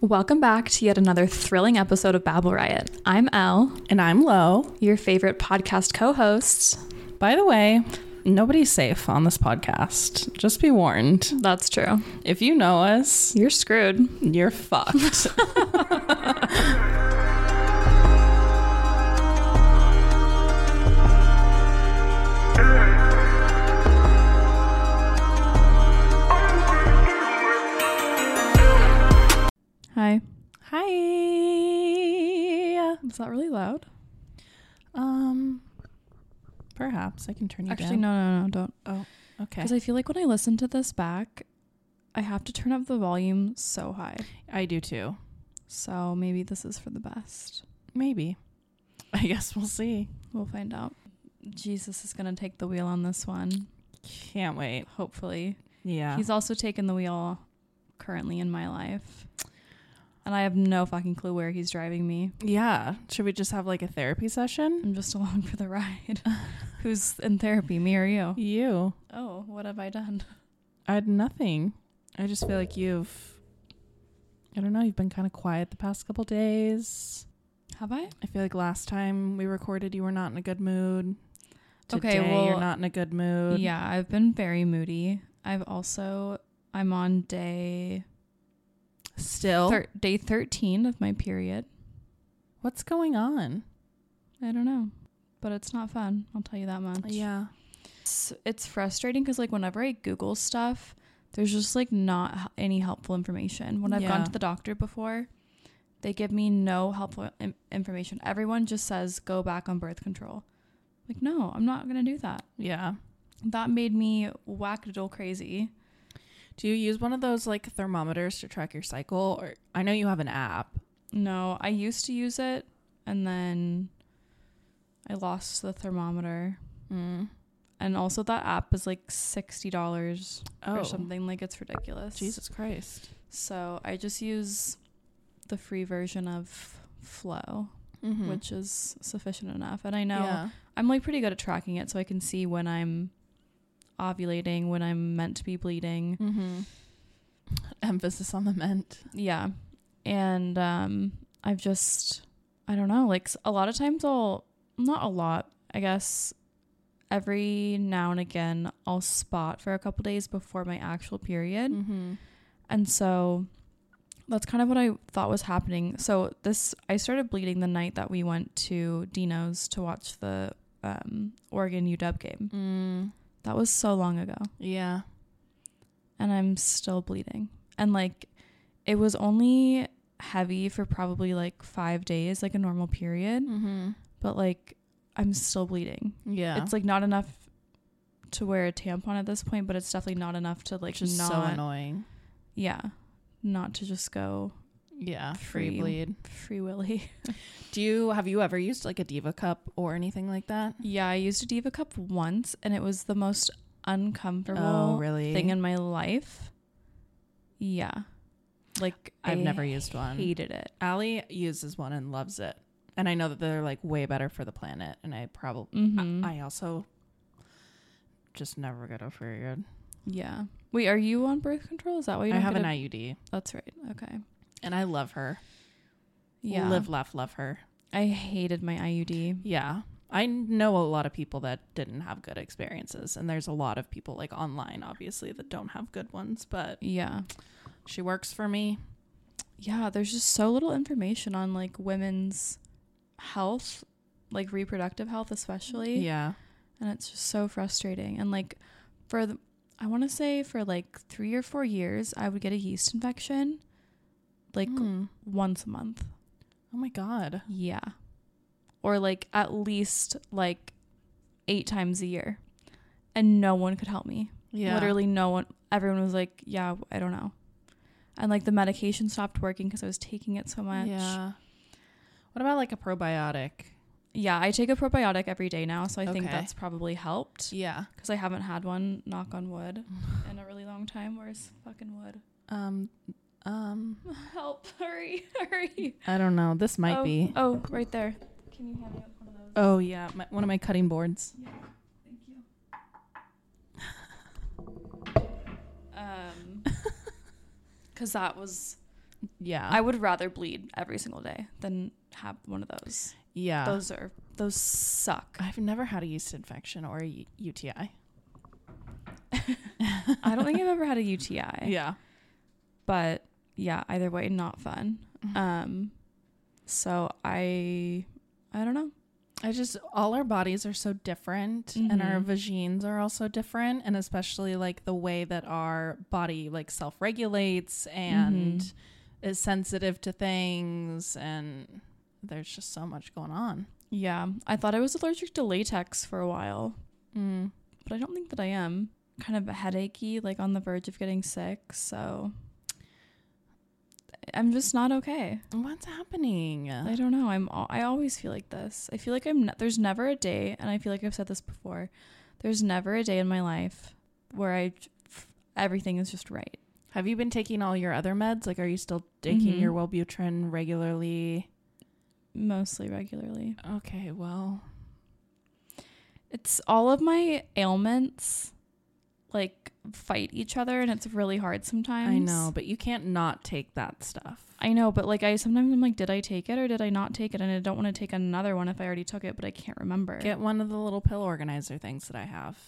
Welcome back to yet another thrilling episode of Babel Riot. I'm Elle, And I'm low. your favorite podcast co host. By the way, nobody's safe on this podcast. Just be warned. That's true. If you know us, You're screwed. you're fucked. Hi. Hi. Is that really loud? Um perhaps I can turn you Actually, down. no, no, no, don't. no. Oh, okay. Because I feel like when I listen to this back, I have to turn up the volume so high. I do too. So maybe this is for the best. Maybe. I guess we'll see. We'll find out. Jesus is going to take the wheel on this one, Can't wait. hopefully. Yeah. He's also taken the wheel currently in my life. And I have no fucking clue where he's driving me. yeah. Should we just have like a therapy session? I'm just along for the ride. Who's in therapy, me or you? You. Oh, what have I done? I had nothing. I just feel like you've I don't know, you've been kind of quiet the past couple days. Have I? I feel like last time we recorded, you were not in a good mood. Okay, Today, well, you're not in a good mood. Yeah, I've been very moody. I've also I'm on day Still, thir- day 13 of my period. what's going on? I don't know, but it's not fun. I'll tell you that much. Yeah. It's, it's frustrating cuz like whenever I google stuff, there's just like not h- any helpful information. When I've gone Yeah. to the doctor before, they give me no helpful in- information. Everyone just says go back on birth control. Like, no, I'm not going to do that. Yeah. That made me wackadoodle crazy. Do you use one of those like thermometers to track your cycle? Or I know you have an app. No, I used to use it and then I lost the thermometer. Mm. And also that app is like $60 Oh, or something like it's ridiculous. Jesus Christ. So, I just use the free version of Flow, Mm-hmm. which is sufficient enough. And I know I'm like pretty good at tracking it so I can see when I'm ovulating, when I'm meant to be bleeding. Mm-hmm. Emphasis on the meant. Yeah. And um I've just I don't know, like s- a lot of times I'll not a lot, I guess every now and again I'll spot for a couple days before my actual period. Mm-hmm. And so that's kind of what I thought was happening. So this I started bleeding the night that we went to Dino's to watch the um Oregon UW game. Mm. That was so long ago Yeah. and I'm still bleeding. And like it was only heavy for probably like 5 days like a normal period, Mm-hmm. but like I'm still bleeding. Yeah. It's like not enough to wear a tampon at this point, but it's definitely not enough to like which is not so annoying. yeah, not to just go Yeah. Free. Free bleed. free willy. Do you have you ever used like a diva cup or anything like that? yeah, I used a diva cup once and it was the most uncomfortable Oh, really? thing in my life. Yeah. Like I've I never used one. hated it. Allie uses one and loves it, and I know that they're like way better for the planet. And I probably Mhm. I, I also just never get a period. Yeah. Wait, are you on birth control? Is that why you I don't have get an a- IUD, That's right. Okay. and I love her. Yeah. live, laugh, love her. I hated my IUD. Yeah. I know a lot of people that didn't have good experiences, and there's a lot of people like online, obviously, that don't have good ones. But Yeah. she works for me. Yeah, there's just so little information on like women's health, like reproductive health especially, Yeah, and it's just so frustrating. And like for the, I want to say for like 3 or 4 years I would get a yeast infection like Mm. once a month. oh my god. Yeah. Or like at least like 8 times a year. And no one could help me. Yeah, Literally, no one, everyone was like, yeah, I don't know. And like the medication stopped working because I was taking it so much. Yeah. What about like a probiotic? Yeah, I take a probiotic every day now. So I think Okay. that's probably helped Yeah. because I haven't had one, knock on wood, in a really long time. Where's fucking wood? Um, um, Help, hurry, hurry. I don't know. This might oh, be. Oh, right there. Can you hand me one of those? Oh yeah, my, one of my cutting boards. Thank you. Um, because that was Yeah. I would rather bleed every single day than have one of those. yeah. Those are those suck. I've never had a yeast infection or a U- UTI. I don't think I've ever had a UTI. Yeah. But yeah, either way, not fun. Um so I I don't know. I just all our bodies are so different and our Mhm. vagines are also different and especially like the way that our body like self-regulates and Mhm. is sensitive to things and there's just so much going on. Yeah. I thought I was allergic to latex for a while, Mm. but I don't think that I am. Kind of headachy, like on the verge of getting sick, so I'm just not okay. What's happening? I don't know. I'm al- I always feel like this. I feel like I'm ne- there's never a day and I feel like I've said this before. There's never a day in my life where I j- f- everything is just right. Have you been taking all your other meds? Like are you still taking Mhm. your Wellbutrin regularly? Mostly regularly. Okay, well, It's all of my ailments like fight each other and it's really hard sometimes. I know, but you can't not take that stuff. I know, but like I sometimes I'm like did I take it or did I not take it and I don't want to take another one if I already took it but I can't remember. Get one of the little pill organizer things that I have.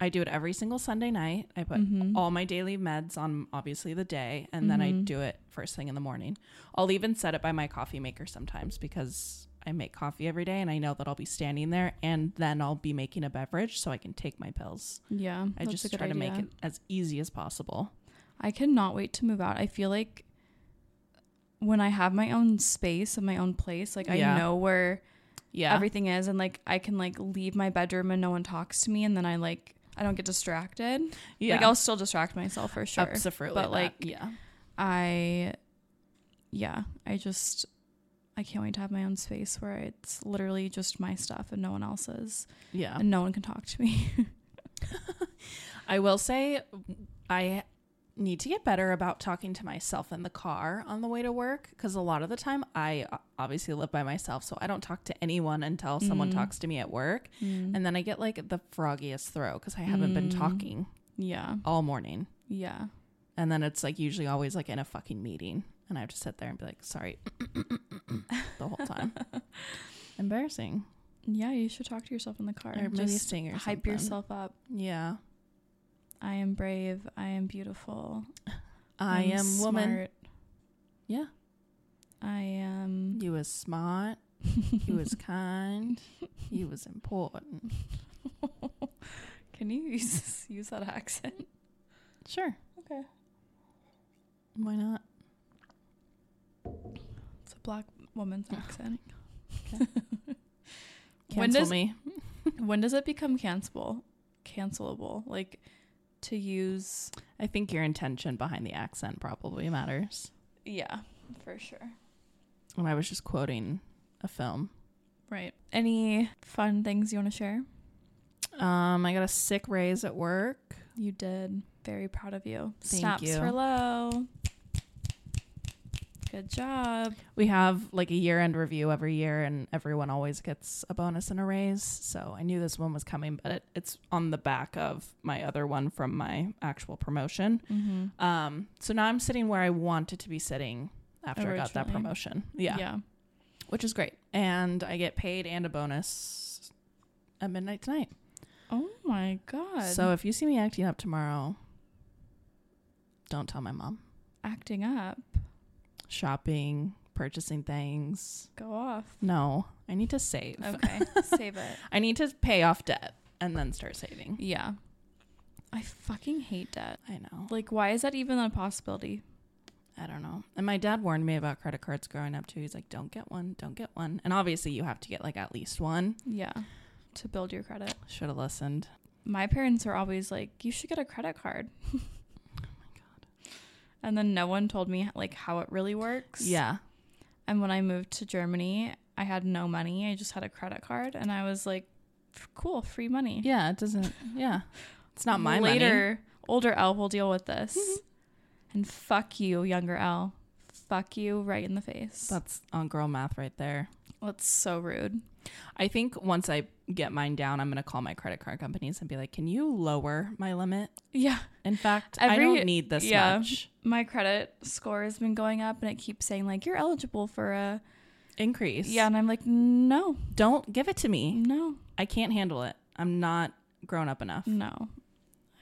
I do it every single Sunday night. I put Mhm. all my daily meds on obviously the day, and then I Mhm. do it first thing in the morning. I'll even set it by my coffee maker sometimes because I make coffee every day and I know that I'll be standing there and then I'll be making a beverage so I can take my pills. yeah. I that's a just good try to make idea. it as easy as possible. I cannot wait to move out. I feel like when I have my own space and my own place, like Yeah. I know where Yeah. everything is and like I can like leave my bedroom and no one talks to me and then I like I don't get distracted. yeah. Like I'll still distract myself for sure. Absolutely. but, that. like, yeah. I yeah, I just I can't wait to have my own space where it's literally just my stuff and no one else's Yeah. and no one can talk to me. I will say I need to get better about talking to myself in the car on the way to work because a lot of the time I o- obviously live by myself, so I don't talk to anyone until someone Mm. talks to me at work. Mm. And then I get like the froggiest throw because I haven't been Mm. talking yeah. all morning. Yeah. And then it's like usually always like in a fucking meeting. And I have to sit there and be like, sorry, the whole time. Embarrassing. Yeah, you should talk to yourself in the car. Or maybe just sing or hype something. yourself up. Yeah. I am brave. I am beautiful. I I'm am woman. smart. Yeah. I am. You was smart. He was kind. He was important. Can you use, use that accent? Sure. Okay. Why not? It's a black woman's accent. Cancel When does- me. when does it become cancelable? Cancelable, like to use. I think your intention behind the accent probably matters. Yeah, for sure. And I was just quoting a film. Right. Any fun things you want to share? Um, I got a sick raise at work. You did. Very proud of you. Thank Snaps you. for low. Good job. We have like a year end review every year, and everyone always gets a bonus and a raise. So I knew this one was coming, but it, it's on the back of my other one from my actual promotion. Mm-hmm. Um, so now I'm sitting where I wanted to be sitting after I got that Originally. promotion. Yeah. which is great. And I get paid and a bonus at midnight tonight. Oh my god. So if you see me acting up tomorrow, don't tell my mom. acting up. Shopping, purchasing things. Go off. No, I need to save. Okay, save it. I need to pay off debt and then start saving. Yeah. I fucking hate debt. I know. Like, why is that even a possibility? I don't know. And my dad warned me about credit cards growing up too. He's like, don't get one, don't get one. And obviously, you have to get like at least one. Yeah. To build your credit. Should have listened. My parents are always like, you should get a credit card. Oh my God. And then no one told me, like, how it really works. Yeah. And when I moved to Germany, I had no money. I just had a credit card. And I was like, "F- cool, free money. Yeah. It doesn't, yeah. It's not my money. Mm-hmm. Later, older L will deal with this. and fuck you, younger L. Fuck you right in the face. That's on girl math right there. That's so rude. I think once I get mine down, I'm going to call my credit card companies and be like, "Can you lower my limit? Yeah. In fact, I Every- don't need this yeah. much My credit score has been going up and it keeps saying like you're eligible for a increase. Yeah, and I'm like, "No. don't give it to me. No. I can't handle it. I'm not grown up enough. No.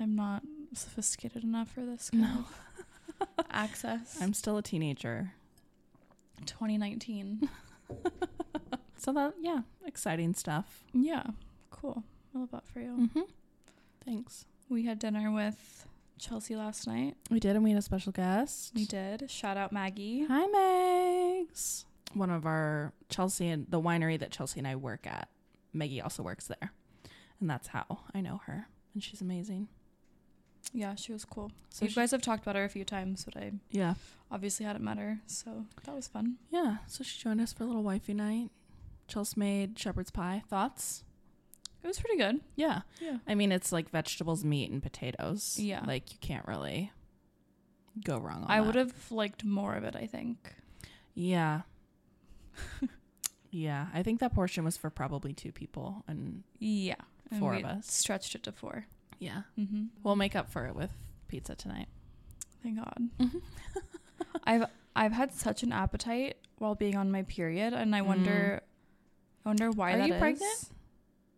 I'm not sophisticated enough for this kind No. of access. I'm still a teenager." 2019. So that yeah, exciting stuff. yeah. Cool. I love that for you. Mm-hmm. Thanks. We had dinner with Chelsea last night. We did, and we had a special guest. We did. Shout out Maggie. Hi, Megs. One of our Chelsea and the winery that Chelsea and I work at. Maggie also works there, and that's how I know her. And she's amazing. Yeah, she was cool. So you she- guys have talked about her a few times, but I yeah, obviously hadn't met her, so that was fun. yeah. So she joined us for a little wifey night. Chelsea made shepherd's pie. Thoughts? It was pretty good. Yeah. Yeah. I mean, it's like vegetables, meat, and potatoes. Yeah. Like you can't really go wrong. On I that. would have liked more of it, I think. Yeah. yeah. I think that portion was for probably two people. And Yeah. And Four we of us. Stretched it to 4 yeah. Mm-hmm. We'll make up for it with pizza tonight. Thank God. Mm-hmm. I've I've had such an appetite while being on my period, and I Mm. wonder, I wonder why Are that you is. pregnant?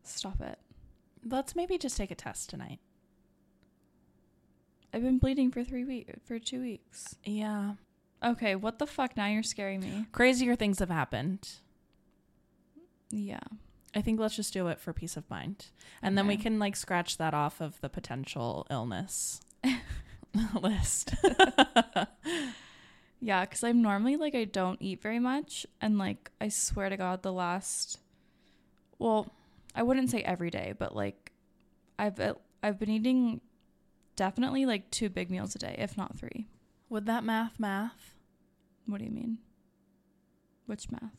Stop it! Let's maybe just take a test tonight. I've been bleeding for three weeks, for two weeks. Yeah. Okay, what the fuck? Now you're scaring me. Crazier things have happened. Yeah. I think let's just do it for peace of mind. And then we Okay. can like scratch that off of the potential illness list. Yeah, because I'm normally like I don't eat very much, and like I swear to God, the last, well, I wouldn't say every day, but like, I've uh, I've been eating, definitely like two big meals a day, if not three. Would that math math? What do you mean? Which math?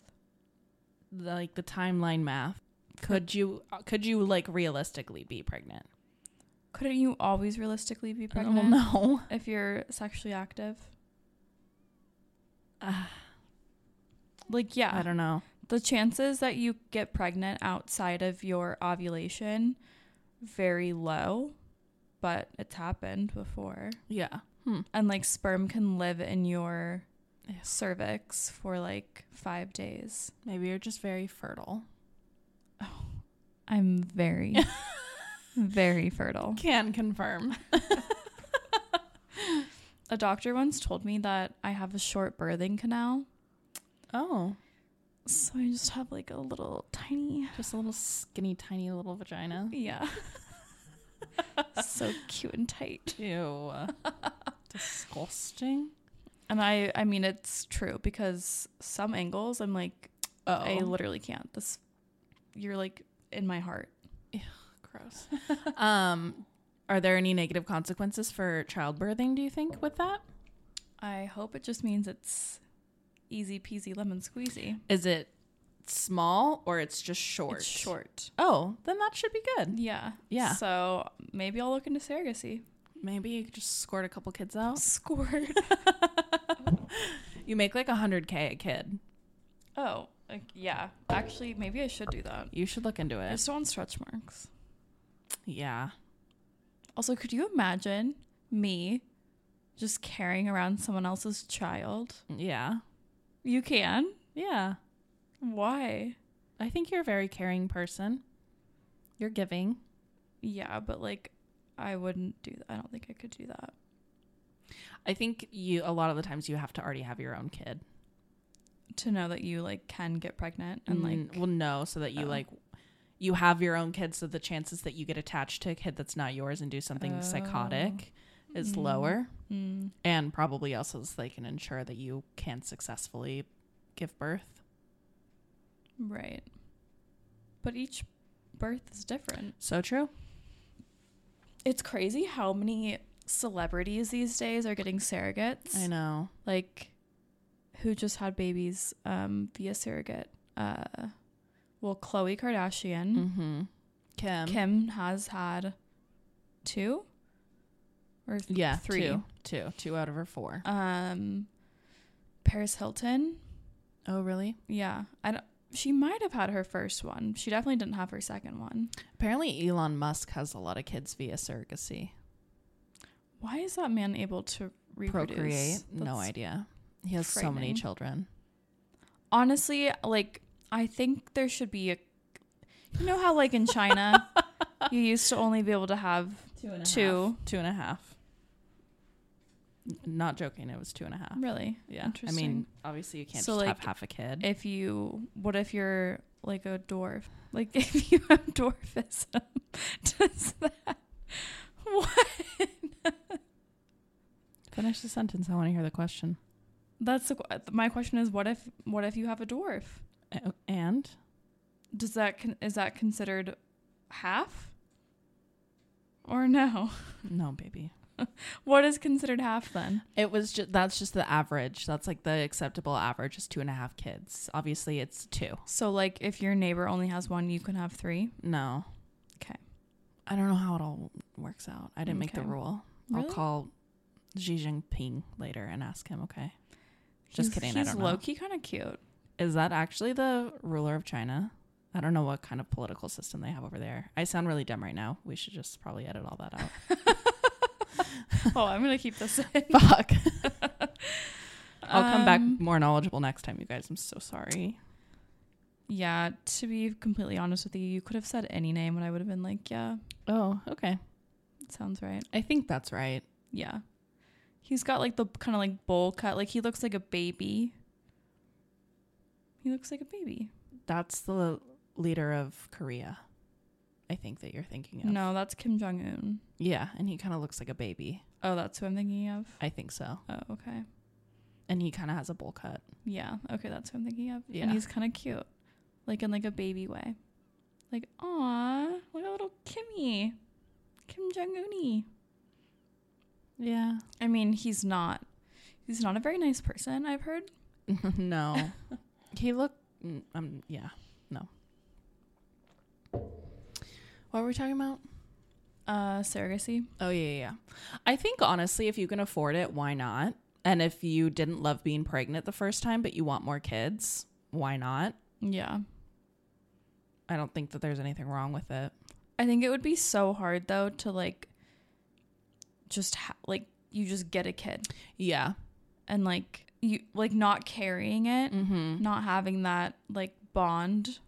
The, like the timeline math. Could you uh, could you like realistically be pregnant? Couldn't you always realistically be pregnant Well, no. if you're sexually active? Ah, Like, yeah, I don't know. the chances that you get pregnant outside of your ovulation very low, but it's happened before. Yeah. Hmm. And like sperm can live in your Yeah. cervix for like five days. Maybe you're just very fertile. I'm very, very fertile. Can confirm. A doctor once told me that I have a short birthing canal. Oh, So I just have like a little tiny. just a little skinny, tiny little vagina. Yeah. so cute and tight. Ew. Disgusting. And I I mean it's true because some angles I'm like Oh, I literally can't. This you're like in my heart. gross. um, are there any negative consequences for childbirthing? Do you think with that? I hope it just means it's easy peasy lemon squeezy. Is it small or it's just short? It's short. Oh, then that should be good. Yeah. Yeah. So maybe I'll look into surrogacy. Maybe you could just squirt a couple kids out. Squirt. You make like a hundred k a kid. oh, like, yeah. Actually, maybe I should do that. You should look into I it. just don't want stretch marks. Yeah. Also, could you imagine me just carrying around someone else's child? Yeah. You can? Yeah. Why? I think you're a very caring person. You're giving. Yeah, but like, I wouldn't do that. I don't think I could do that. I think you a lot of the times you have to already have your own kid. To know that you like can get pregnant and like, Mm, well no, so that you Oh. like you have your own kid so the chances that you get attached to a kid that's not yours and do something psychotic is Mm. lower mm, and probably also so they can ensure that you can successfully give birth. right. But each birth is different. So true. It's crazy how many celebrities these days are getting surrogates. I know. like who just had babies um via surrogate uh well chloe kardashian Mhm. Kim. kim has had two or th- Yeah, three Two. Two. Two out of her four. um paris hilton Oh, really? yeah i don't she might have had her first one. She definitely didn't have her second one. Apparently, Elon Musk has a lot of kids via surrogacy. Why is that man able to reproduce? Procreate? No That's- idea. He has so many frightening. children. Honestly, like I think there should be a. You know how like in China, you used to only be able to have Two and a Two. Two and a half. N- Not joking. It was two and a half. really Yeah. I mean, Interesting. obviously, you can't So, just like, have half a kid. if you what if you're like a dwarf like if you have dwarfism does that what Finish the sentence. I want to hear the question. that's the, que- my question is what if what if you have a dwarf A- Uh, And does that con- is that considered half or no no, baby. what is considered half then It was just that's just the average. That's like the acceptable average is two and a half kids. Obviously, it's two. so like if your neighbor only has one you can have three No. Okay. I don't know how it all works out. I didn't make the Okay. rule. I'll Really? call Xi Jinping later and ask him. Okay. Just He's- kidding, I he's don't know. low-key kind of cute Is that actually the ruler of China? I don't know what kind of political system they have over there. I sound really dumb right now. We should just probably edit all that out. oh i'm gonna keep this in. Fuck. I'll come back Um, more knowledgeable next time, you guys. I'm so sorry. Yeah, to be completely honest with you, you could have said any name and I would have been like, yeah, Oh, okay. sounds right. I think that's right. Yeah. He's got like the kind of like bowl cut. Like he looks like a baby. He looks like a baby. That's the leader of Korea. I think that you're thinking of. No, that's Kim Jong Un. Yeah, and he kind of looks like a baby. Oh, that's who I'm thinking of. I think so. Oh, okay. And he kind of has a bowl cut. Yeah. Okay, that's who I'm thinking of. Yeah. And he's kind of cute. Like in like a baby way. Like, aw, look at little Kimmy. Kim Jong Un. Yeah. I mean, he's not. He's not a very nice person, I've heard. no. he looked. mm, Um. Yeah. No. What were we talking about? Uh, surrogacy. Oh yeah, yeah, yeah. I think honestly, if you can afford it, why not? And if you didn't love being pregnant the first time, but you want more kids, why not? Yeah. I don't think that there's anything wrong with it. I think it would be so hard though to like just ha- like you just get a kid Yeah. and like you like not carrying it, Mm-hmm. not having that like bond.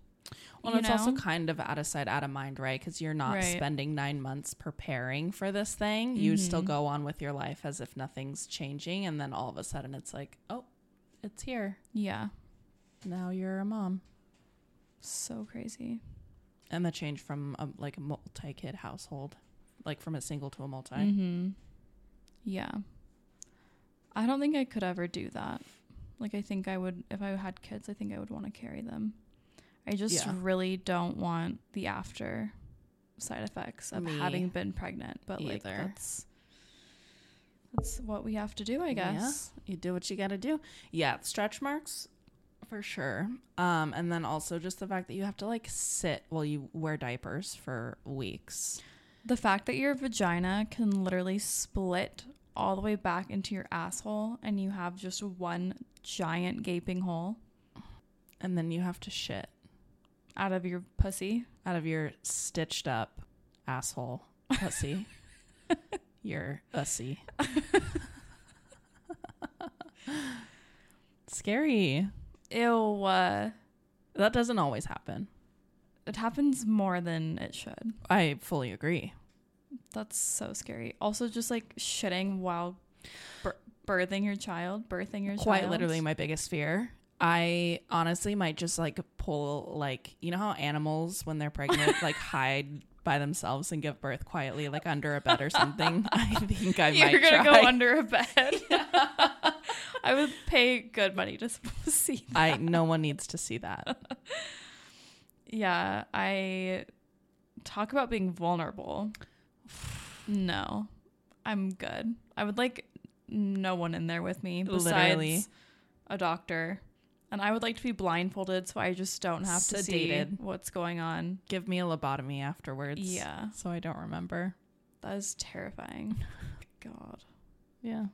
Well, you it's also know? kind of out of sight, out of mind, right? Because you're not Right. spending nine months preparing for this thing. You still Mhm. go on with your life as if nothing's changing, and then all of a sudden, it's like, oh, it's here. yeah, Now you're a mom. so crazy. And the change from a, like a multi-kid household, like from a single to a multi. Mhm. Yeah. I don't think I could ever do that. Like I think I would if I had kids, I think I would want to carry them. I just Yeah. really don't want the after side effects of Me having been pregnant, but like either. that's that's what we have to do, I guess. you do what you got to do. Yeah, stretch marks for sure. Um, and then also just the fact that you have to like sit while you wear diapers for weeks. The fact that your vagina can literally split all the way back into your asshole and you have just one giant gaping hole And then you have to shit out of your pussy. out of your stitched up asshole pussy. your ussy. Scary. Ew. Uh, That doesn't always happen. it happens more than it should. I fully agree. That's so scary. Also, just like shitting while bir- birthing your child, birthing your quite child. literally my biggest fear. I honestly might just like pull like you know how animals when they're pregnant like hide by themselves and give birth quietly like under a bed or something. I think I You're might gonna try. go under a bed. I would pay good money to s- see. That. I no one needs to see that. Yeah, I talk about being vulnerable. No, I'm good. I would like no one in there with me besides Literally. a doctor. And I would like to be blindfolded so I just don't have to see Sedated. what's going on. Give me a lobotomy afterwards. Yeah. So I don't remember. That is terrifying. God. Yeah.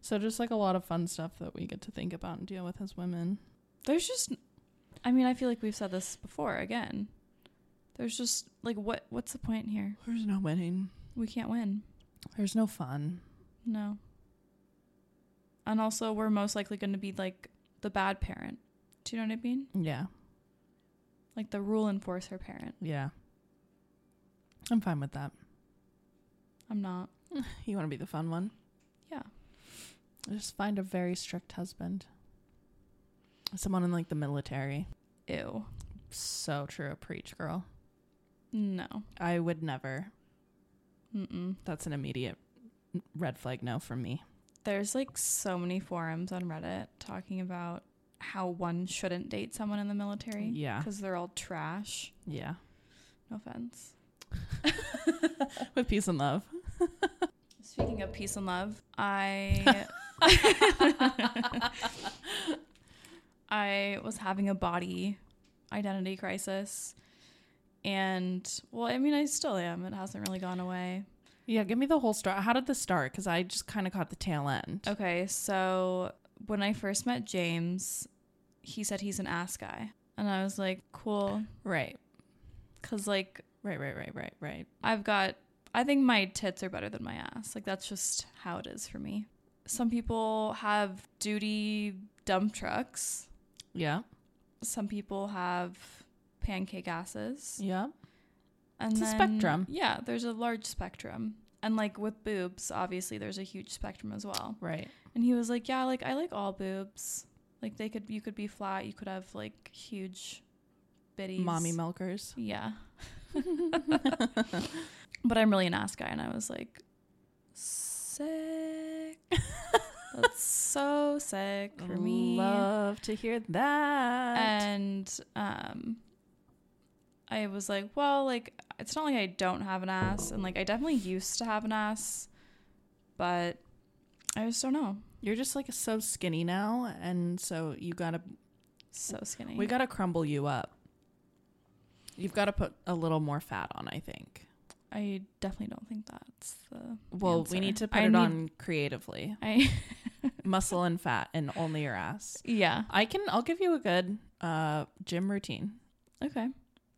So just like a lot of fun stuff that we get to think about and deal with as women. There's just I mean, I feel like we've said this before again. There's just like what what's the point here? There's no winning. We can't win. There's no fun. No. And also we're most likely going to be like the bad parent. Do you know what I mean? Yeah. Like the rule enforcer parent. Yeah. I'm fine with that. I'm not. You want to be the fun one? Yeah. Just find a very strict husband. Someone in like the military. Ew. So true. Preach, girl. No. I would never. Mm-mm. That's an immediate red flag no from me. There's like so many forums on Reddit talking about how one shouldn't date someone in the military. Yeah. Because they're all trash. Yeah. No offense. With peace and love. Speaking of peace and love, I I was having a body identity crisis and well, I mean I still am. It hasn't really gone away. Yeah, give me the whole story. How did this start? Because I just kind of caught the tail end. Okay, so when I first met James, he said he's an ass guy. And I was like, cool. Right. Cause like Right, right, right, right, right. I've got, I think my tits are better than my ass. Like that's just how it is for me. Some people have duty dump trucks, Yeah. some people have pancake asses. Yeah. And It's a then- spectrum. Yeah, there's a large spectrum. And like with boobs, obviously there's a huge spectrum as well. Right. And he was like, "Yeah, like I like all boobs. Like they could you could be flat, you could have like huge bitties. Mommy milkers. Yeah. but I'm really an ass guy and I was like sick. That's so sick for me. Love to hear that. And um I was like, well, like it's not like I don't have an ass and like I definitely used to have an ass, but I just don't know. You're just like so skinny now, and so you gotta So skinny. we gotta crumble you up. You've got to put a little more fat on, I think. I definitely don't think that's the. Well, we answer. need to put I it need- on creatively, I muscle and fat, and only your ass. yeah I can. I'll give you a good uh, gym routine. okay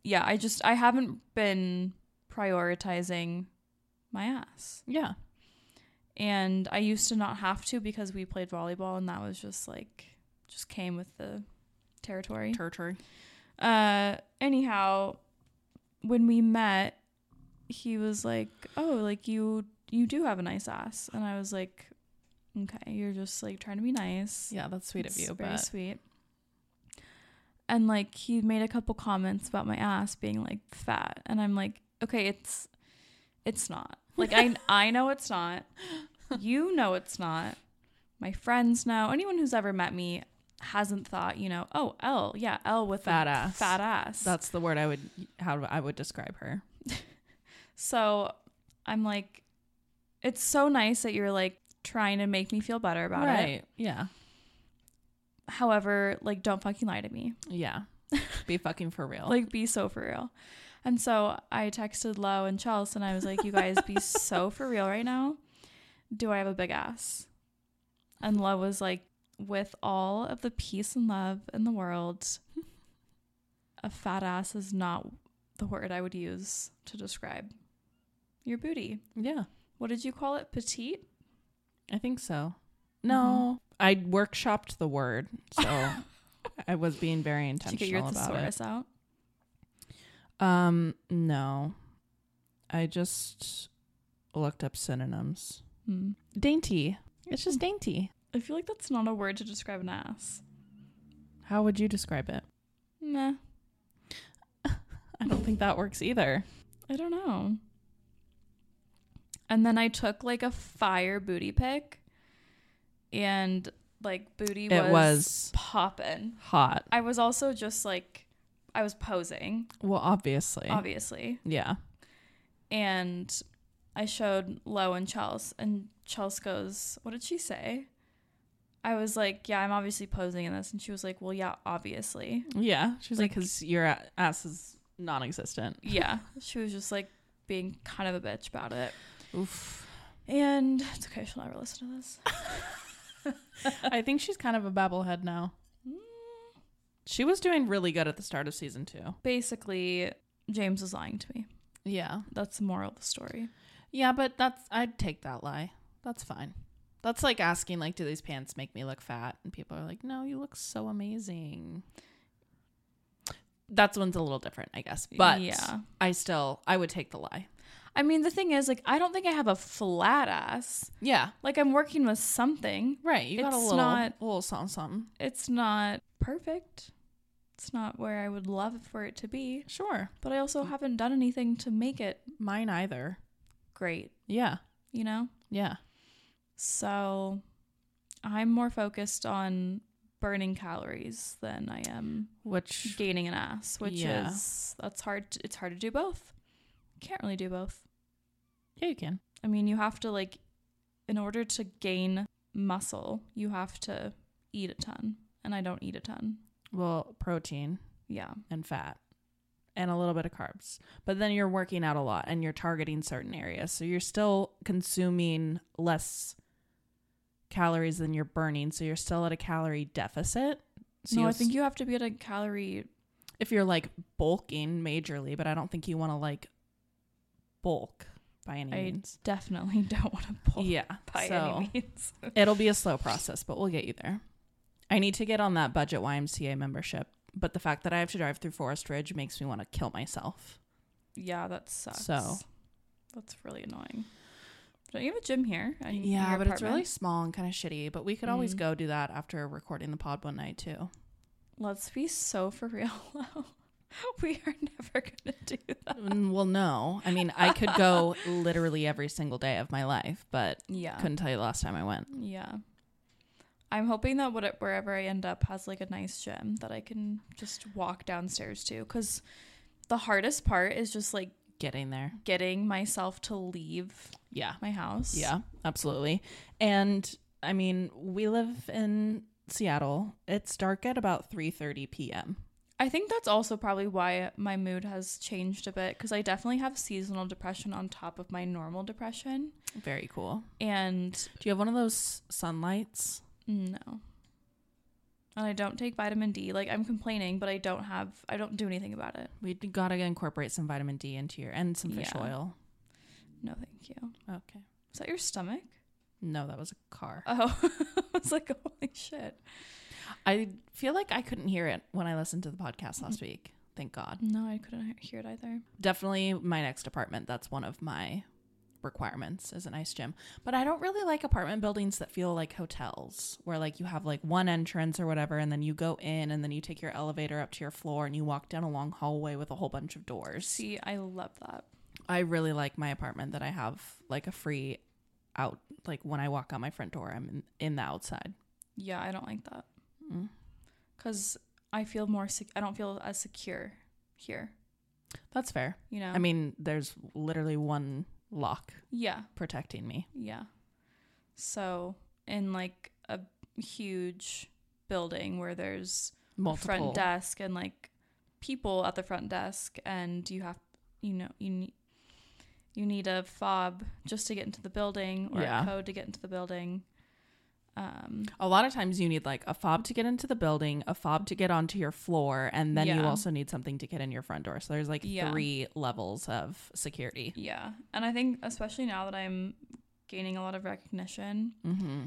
yeah I just I haven't been prioritizing my ass, Yeah. and I used to not have to because we played volleyball, and that was just like just came with the territory. Torture. Uh, anyhow, when we met, he was like, "Oh, like you you do have a nice ass," and I was like, "Okay, you're just like trying to be nice." Yeah, that's sweet of It's you, Very but sweet. And like he made a couple comments about my ass being like fat, and I'm like, okay, it's, it's not. Like I I know it's not. You know it's not. My friends know. Anyone who's ever met me hasn't thought, you know, oh L, yeah, L with a Fat ass. fat ass. that's the word I would how I would describe her. so I'm like, it's so nice that you're like trying to make me feel better about it. Yeah. However, like don't fucking lie to me. Yeah. Be fucking for real. like be so for real and so i texted lo and chels and i was like you guys be so for real right now do i have a big ass and lo was like with all of the peace and love in the world a fat ass is not the word i would use to describe your booty yeah. what did you call it petite I think so. No, I workshopped the word, so I was being very did you get your intentional about it. thesaurus out Um, no, I just looked up synonyms. hmm. Dainty. It's just dainty. i feel like that's not a word to describe an ass How would you describe it? nah I don't think that works either. I don't know. And then I took like a fire booty pic, and like booty was, It was popping. hot. I was also just like, I was posing, Well, obviously. obviously, yeah. and I showed Lo and Chels, and Chels goes, "What did she say?" I was like, "Yeah, I'm obviously posing in this," and she was like, "Well, yeah, obviously." Yeah. She was like, Like- because your a- ass is non existent. Yeah, she was just like being kind of a bitch about it. Oof. And it's okay, she'll never listen to this. I think she's kind of a babblehead now. Mm, She was doing really good at the start of season two. Basically, James was lying to me. Yeah. That's the moral of the story. Yeah, but that's I'd take that lie. That's fine. That's like asking like, do these pants make me look fat? And people are like, no, you look so amazing. That's one's a little different, I guess. But Yeah. I still I would take the lie. I mean, the thing is, like, I don't think I have a flat ass. Yeah. Like, I'm working with something. Right. You got a It's little not- a little something something. It's not perfect. It's not where I would love for it to be. Sure. But I Mm. also haven't done anything to make it Mine either. great, Yeah. you know? Yeah. So I'm more focused on burning calories than I am Which gaining an ass, which Yeah. is that's hard. To, it's hard to do both. Can't really do both. yeah, you can. I mean, you have to like, in order to gain muscle, you have to eat a ton, and I don't eat a ton. Well, protein Yeah, and fat and a little bit of carbs. But then you're working out a lot and you're targeting certain areas. So you're still consuming less calories than you're burning. So you're still at a calorie deficit. So no, you'll I think s- you have to be at a calorie. if you're like bulking majorly, but I don't think you want to like bulk by any I- means. Definitely don't want to pull yeah. by so any means. it'll be a slow process, but we'll get you there. I need to get on that budget YMCA membership, but the fact that I have to drive through Forest Ridge makes me want to kill myself. yeah, that sucks. So. that's really annoying. Don't you have a gym here? in- in Yeah, your but it's apartment? really small and kind of shitty. But we could always Mhm. go do that after recording the pod one night too. Let's be so for real. though. we are never gonna do that. Mm, well, no, I mean I could go literally every single day of my life, but Yeah. couldn't tell you the last time I went. Yeah. I'm hoping that what wherever I end up has like a nice gym that I can just walk downstairs to cuz the hardest part is just like Getting there, getting myself to leave yeah, my house. yeah, absolutely. And I mean, we live in Seattle. It's dark at about three thirty p.m. I think that's also probably why my mood has changed a bit cuz I definitely have seasonal depression on top of my normal depression Very cool. and mm, Do you have one of those sunlights? no. And I don't take vitamin D. Like I'm complaining, but I don't have I don't do anything about it. We gotta incorporate some vitamin D into your and some fish Yeah. oil. No, thank you. Okay. Is that your stomach? No, that was a car. Oh, I was like, holy shit. I feel like I couldn't hear it when I listened to the podcast last week. Thank God. No, I couldn't he- hear it either. Definitely my next apartment. That's one of my requirements is a nice gym. But I don't really like apartment buildings that feel like hotels where like you have like one entrance or whatever and then you go in and then you take your elevator up to your floor and you walk down a long hallway with a whole bunch of doors. See, I love that. I really like my apartment that I have like a free out like when I walk out my front door I'm in, in the outside. Yeah, I don't like that Mm. because I feel more, sec- I don't feel as secure here, That's fair. you know? I mean, there's literally one lock yeah, protecting me. yeah. So, in like a huge building where there's a Multiple front desk and like people at the front desk, and you have, you know, you need. You need a fob just to get into the building or Yeah. a code to get into the building. Um, A lot of times you need like a fob to get into the building, a fob to get onto your floor, and then you Yeah. also need something to get in your front door. So there's like Yeah. three levels of security. Yeah. And I think especially now that I'm gaining a lot of recognition, Mm-hmm.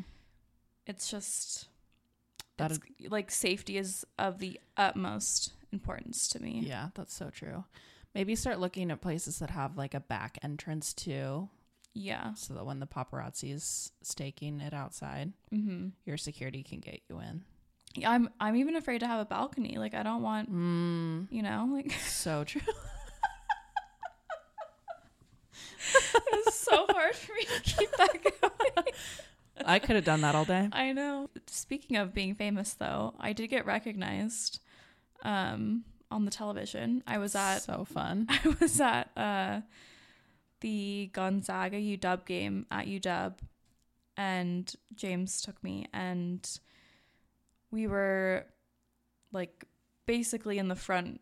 it's just That it's, like safety is of the utmost importance to me. Yeah, that's so true. Maybe start looking at places that have like a back entrance too, Yeah. so that when the paparazzi is staking it outside, hmm your security can get you in. yeah. I'm I'm even afraid to have a balcony. Like I don't want, Mm. you know, like So true. it's so hard for me to keep that going. I could have done that all day. I know. Speaking of being famous though, I did get recognized um on the television. I was at so fun? I was at uh, the Gonzaga UW game at UW, and James took me, and we were like basically in the front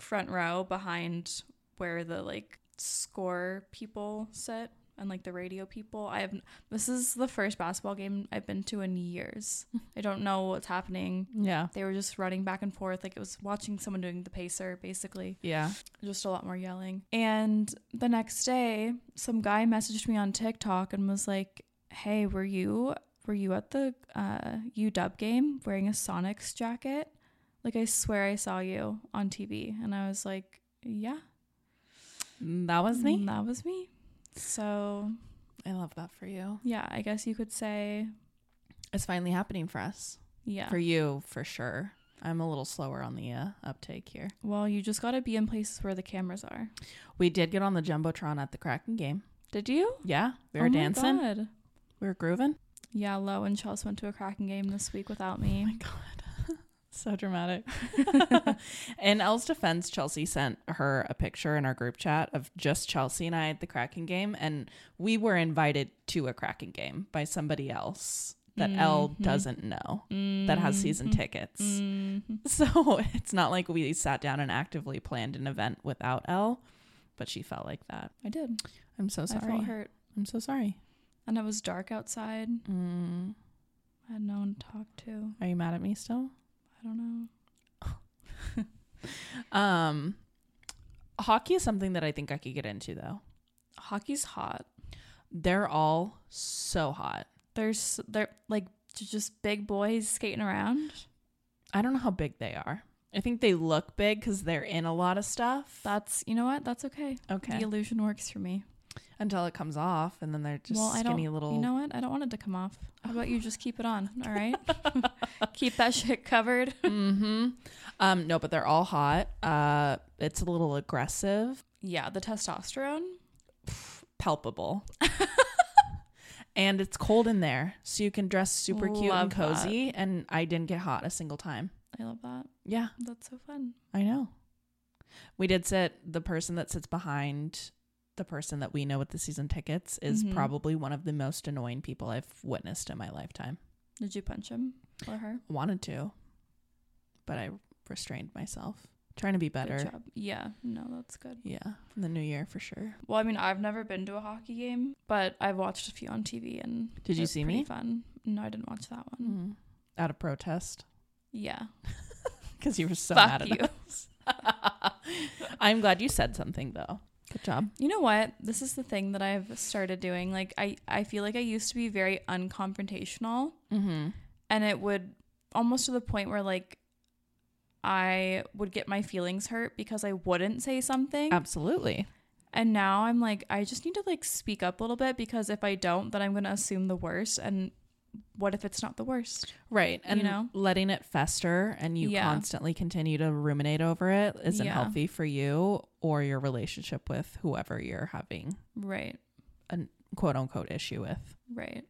front row behind where the like score people sit and like the radio people. I have this is the first basketball game I've been to in years. I don't know what's happening. Yeah. They were just running back and forth like it was watching someone doing the pacer basically. Yeah. Just a lot more yelling. And the next day, some guy messaged me on TikTok and was like, "Hey, were you were you at the uh, UW game wearing a Sonics jacket? Like I swear I saw you on TV." And I was like, "Yeah, That was me. and that was me." So I love that for you. yeah, I guess you could say It's finally happening for us. yeah. For you, for sure. I'm a little slower on the uh, uptake here. well, you just gotta be in places where the cameras are. We did get on the jumbotron at the Kraken game. Did you? Yeah, we Oh were my dancing. God. We were grooving. Yeah, Lo and Chels went to a Kraken game this week without Oh me. god, so dramatic. In Elle's defense, Chelsea sent her a picture in our group chat of just Chelsea and I at the Kraken game, and we were invited to a Kraken game by somebody else that Elle Mhm. doesn't know that has season Mhm. tickets. Mhm. So it's not like we sat down and actively planned an event without Elle, but she felt like that. I did. I'm so I sorry. felt hurt. I'm so sorry. And it was dark outside. Mm. I had no one to talk to. Are you mad at me still? I don't know. Um, hockey is something that I think I could get into though. Hockey's hot. They're all so hot. There's they're like j- just big boys skating around. I don't know how big they are. I think they look big because they're in a lot of stuff. That's you know what? That's okay. okay. The illusion works for me. Until it comes off, and then they're just well, I don't. skinny little. You know what? I don't want it to come off. How about you just keep it on? All right. keep that shit covered. hmm Um, no, but they're all hot. Uh, it's a little aggressive, Yeah, the testosterone. palpable. and it's cold in there, so you can dress super cute Love and that. cozy. And I didn't get hot a single time. I love that. Yeah. That's so fun. I know. We did sit the person that sits behind the person that we know with the season tickets is Mhm. probably one of the most annoying people I've witnessed in my lifetime. Did you punch him or her? Wanted to, but I restrained myself. Trying to be Good better. job. Yeah. No, that's good. Yeah. In the new year for sure. Well, I mean, I've never been to a hockey game, but I've watched a few on TV and Did you it's see pretty me? Fun. No, I didn't watch that one. Mm. Out of protest Yeah. because you were so Fuck mad at you. us. I'm glad you said something though. Good job. You know what? This is the thing that I've started doing. Like I I feel like I used to be very unconfrontational Mm-hmm. and it would almost to the point where like I would get my feelings hurt because I wouldn't say something. Absolutely. And now I'm like I just need to like speak up a little bit because if I don't, then I'm going to assume the worst and what if it's not the worst? Right. And know? letting it fester and you Yeah. constantly continue to ruminate over it isn't Yeah. healthy for you or your relationship with whoever you're having Right. quote unquote issue with. Right.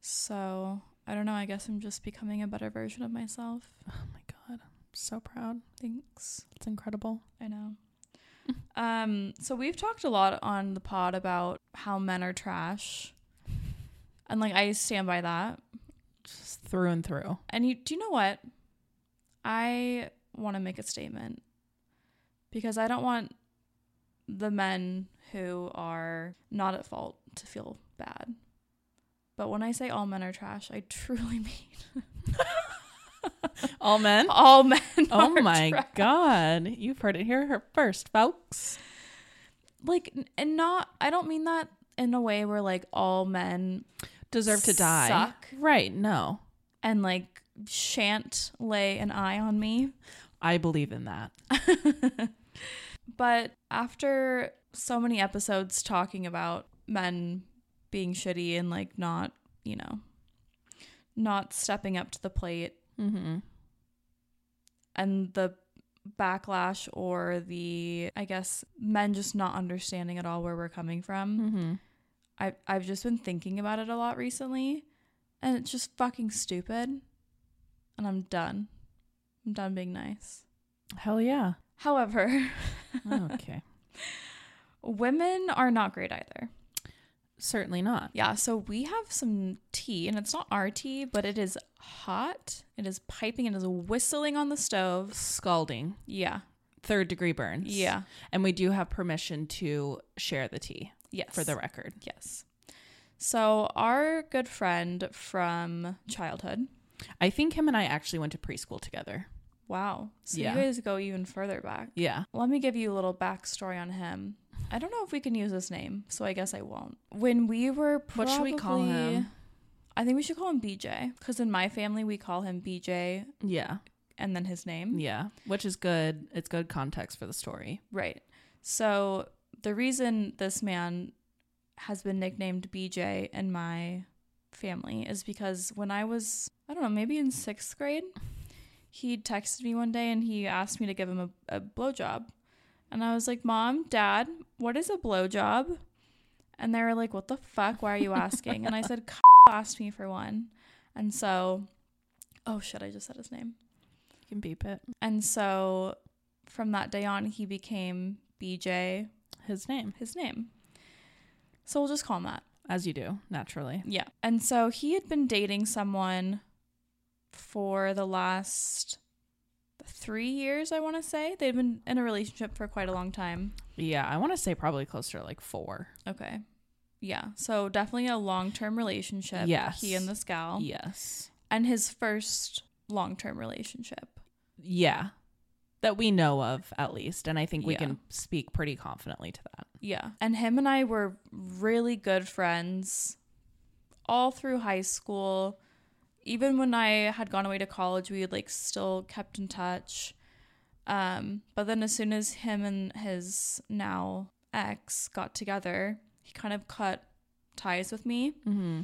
So, I don't know. I guess I'm just becoming a better version of myself. Oh my God. I'm so proud. Thanks. It's incredible. I know. um, so we've talked a lot on the pod about how men are trash. And like I stand by that. Just through and through. And you do you know what? I want to make a statement because I don't want the men who are not at fault to feel bad. But when I say all men are trash, I truly mean All men. all men. Oh are my trash. God. You've heard it here first, folks. Like n- and not I don't mean that in a way where like all men Deserve to die. Suck. Right. No. and like shan't lay an eye on me. I believe in that. But after so many episodes talking about men being shitty and like not, you know, not stepping up to the plate Mm-hmm. and the backlash or the I guess men just not understanding at all where we're coming from. Mm-hmm. I I've just been thinking about it a lot recently and it's just fucking stupid. And I'm done. I'm done being nice. Hell yeah. However, okay. Women are not great either. Certainly not. Yeah, so we have some tea, and it's not our tea, but it is hot. It is piping. It is whistling on the stove. Scalding. Yeah, Third degree burns. yeah, And we do have permission to share the tea. Yes. for the record. Yes. So our good friend from childhood. I think him and I actually went to preschool together. Wow. So Yeah. you guys go even further back. Yeah. Let me give you a little backstory on him. I don't know if we can use his name, so I guess I won't. When we were What probably, should we call him? I think we should call him BJ because in my family we call him BJ Yeah. and then his name. Yeah. Which is good. It's good context for the story. Right. So the reason this man has been nicknamed BJ in my family is because when I was, I don't know, maybe in sixth grade, he texted me one day and he asked me to give him a, a blowjob. And I was like, Mom, Dad, what is a blowjob? And they were like, What the fuck? Why are you asking? and I said, "C- asked me for one. And so, oh shit, I just said his name. You can beep it. And so from that day on, he became BJ, His name, his name. So we'll just call him that. as you do, naturally. Yeah. And so he had been dating someone for the last three years, I want to say. They'd been in a relationship for quite a long time. Yeah. I want to say probably closer to like four. Okay. Yeah. So definitely a long term relationship. Yes. He and this Oh. gal. Yes. And his first long term relationship. Yeah. That we know of, at least. And I think we Yeah. can speak pretty confidently to that. Yeah. And him and I were really good friends all through high school. Even when I had gone away to college, we had like still kept in touch. Um, but then as soon as him and his now ex got together, he kind of cut ties with me. Mm-hmm.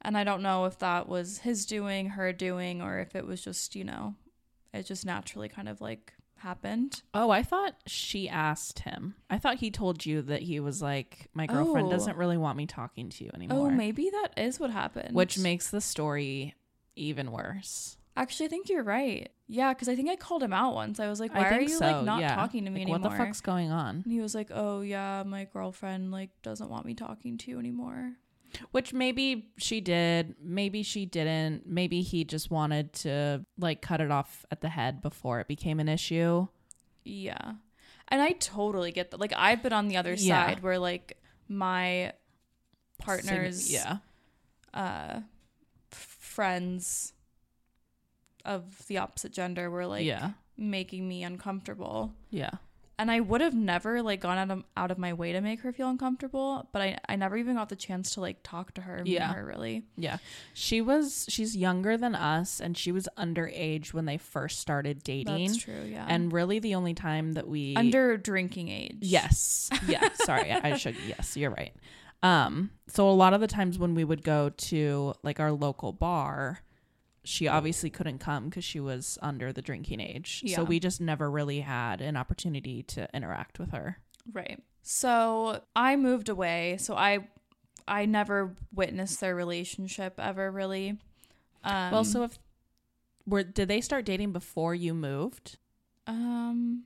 And I don't know if that was his doing, her doing, or if it was just, you know, it just naturally kind of like happened. Oh, I thought she asked him. I thought he told you that he was like, my girlfriend Oh. doesn't really want me talking to you Oh, anymore. maybe that is what happened. Which makes the story even worse. Actually, I think you're right. Yeah, because I think I called him out once. I was like, I "Why are think you so, like not yeah. talking to me Like, anymore?" What the fuck's going on? and he was like, "Oh yeah, my girlfriend like doesn't want me talking to you anymore." Which maybe she did, maybe she didn't. Maybe he just wanted to like cut it off at the head before it became an issue. Yeah, and I totally get that. Like I've been on the other Yeah. side where like my partner's Sig- yeah. uh, f- friends of the opposite gender were like yeah. making me uncomfortable. Yeah. and I would have never like gone out of out of my way to make her feel uncomfortable, but I I never even got the chance to like talk to her, meet Yeah. her really. Yeah. She was she's younger than us and she was underage when they first started dating. That's true, yeah. And really the only time that we under drinking age. Yes. Yeah. Sorry. I should. Yes, you're right. Um, so a lot of the times when we would go to like our local bar, she obviously couldn't come because she was under the drinking age. Yeah. So we just never really had an opportunity to interact with her. Right. So I moved away, so I I never witnessed their relationship ever really. Um well, so if were did they start dating before you moved? um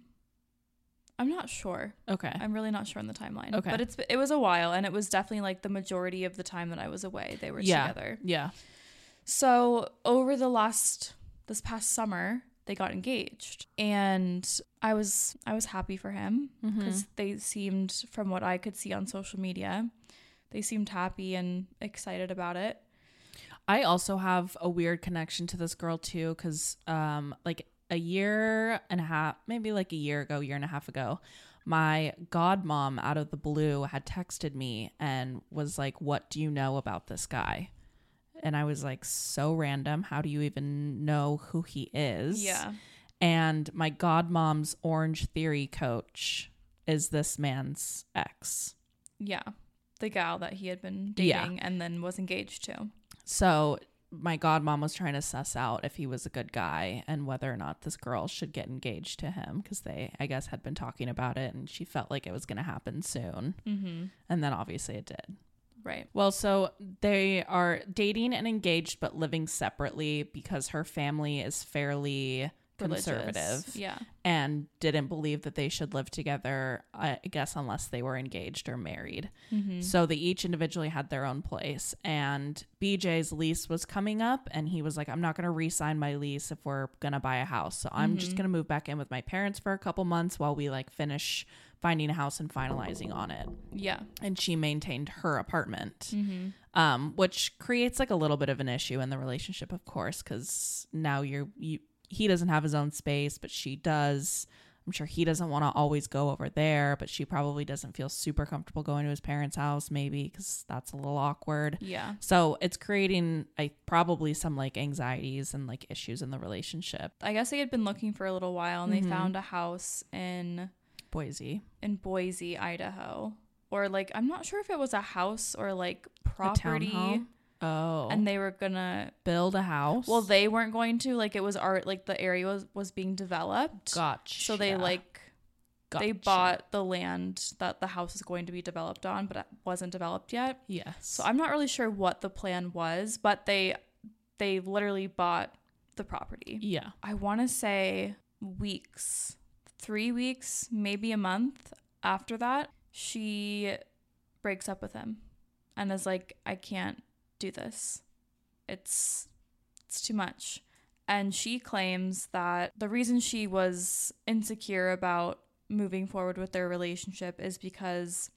I'm not sure. Okay. I'm really not sure on the timeline. Okay. But it's it was a while and it was definitely like the majority of the time that I was away they were Yeah. together. yeah. So over the last this past summer, they got engaged, and I was I was happy for him Mm-hmm. because they seemed, from what I could see on social media, they seemed happy and excited about it. I also have a weird connection to this girl too, because um, like a year and a half, maybe like a year ago, year and a half ago, my godmom out of the blue had texted me and was like, "What do you know about this guy?" And I was like, "So random. How do you even know who he is?" Yeah, And my godmom's Orange Theory coach is this man's ex. yeah, the gal that he had been Yeah. dating and then was engaged to. So my godmom was trying to suss out if he was a good guy and whether or not this girl should get engaged to him because they, I guess, had been talking about it and she felt like it was going to happen soon. Mm-hmm. And then obviously it did. Right. Well, so they are dating and engaged but living separately because her family is fairly religious. conservative Yeah. and didn't believe that they should live together, I guess, unless they were engaged or married. Mm-hmm. So they each individually had their own place. And BJ's lease was coming up, and he was like, I'm not going to re sign my lease if we're going to buy a house. So I'm just going to move back in with my parents for a couple months while we like finish finding a house and finalizing on it. Yeah. And she maintained her apartment, Mm-hmm. um, which creates like a little bit of an issue in the relationship, of course, because now you're, you, he doesn't have his own space, but she does. I'm sure he doesn't want to always go over there, but she probably doesn't feel super comfortable going to his parents' house, maybe because that's a little awkward. Yeah. So it's creating, I probably some like anxieties and like issues in the relationship. I guess they had been looking for a little while and Mhm. they found a house in Boise, in Boise, Idaho. Or like I'm not sure if it was a house or like property townhome? oh, and they were going to build a house. well they weren't going to like it was art like the area was was being developed. gotcha. So they like they Gotcha. bought the land that the house is going to be developed on but it wasn't developed yet. yes. So I'm not really sure what the plan was, but they they literally bought the property. yeah, I want to say weeks, three weeks, maybe a month after that, she breaks up with him and is like, I can't do this. It's it's too much. And she claims that the reason she was insecure about moving forward with their relationship is because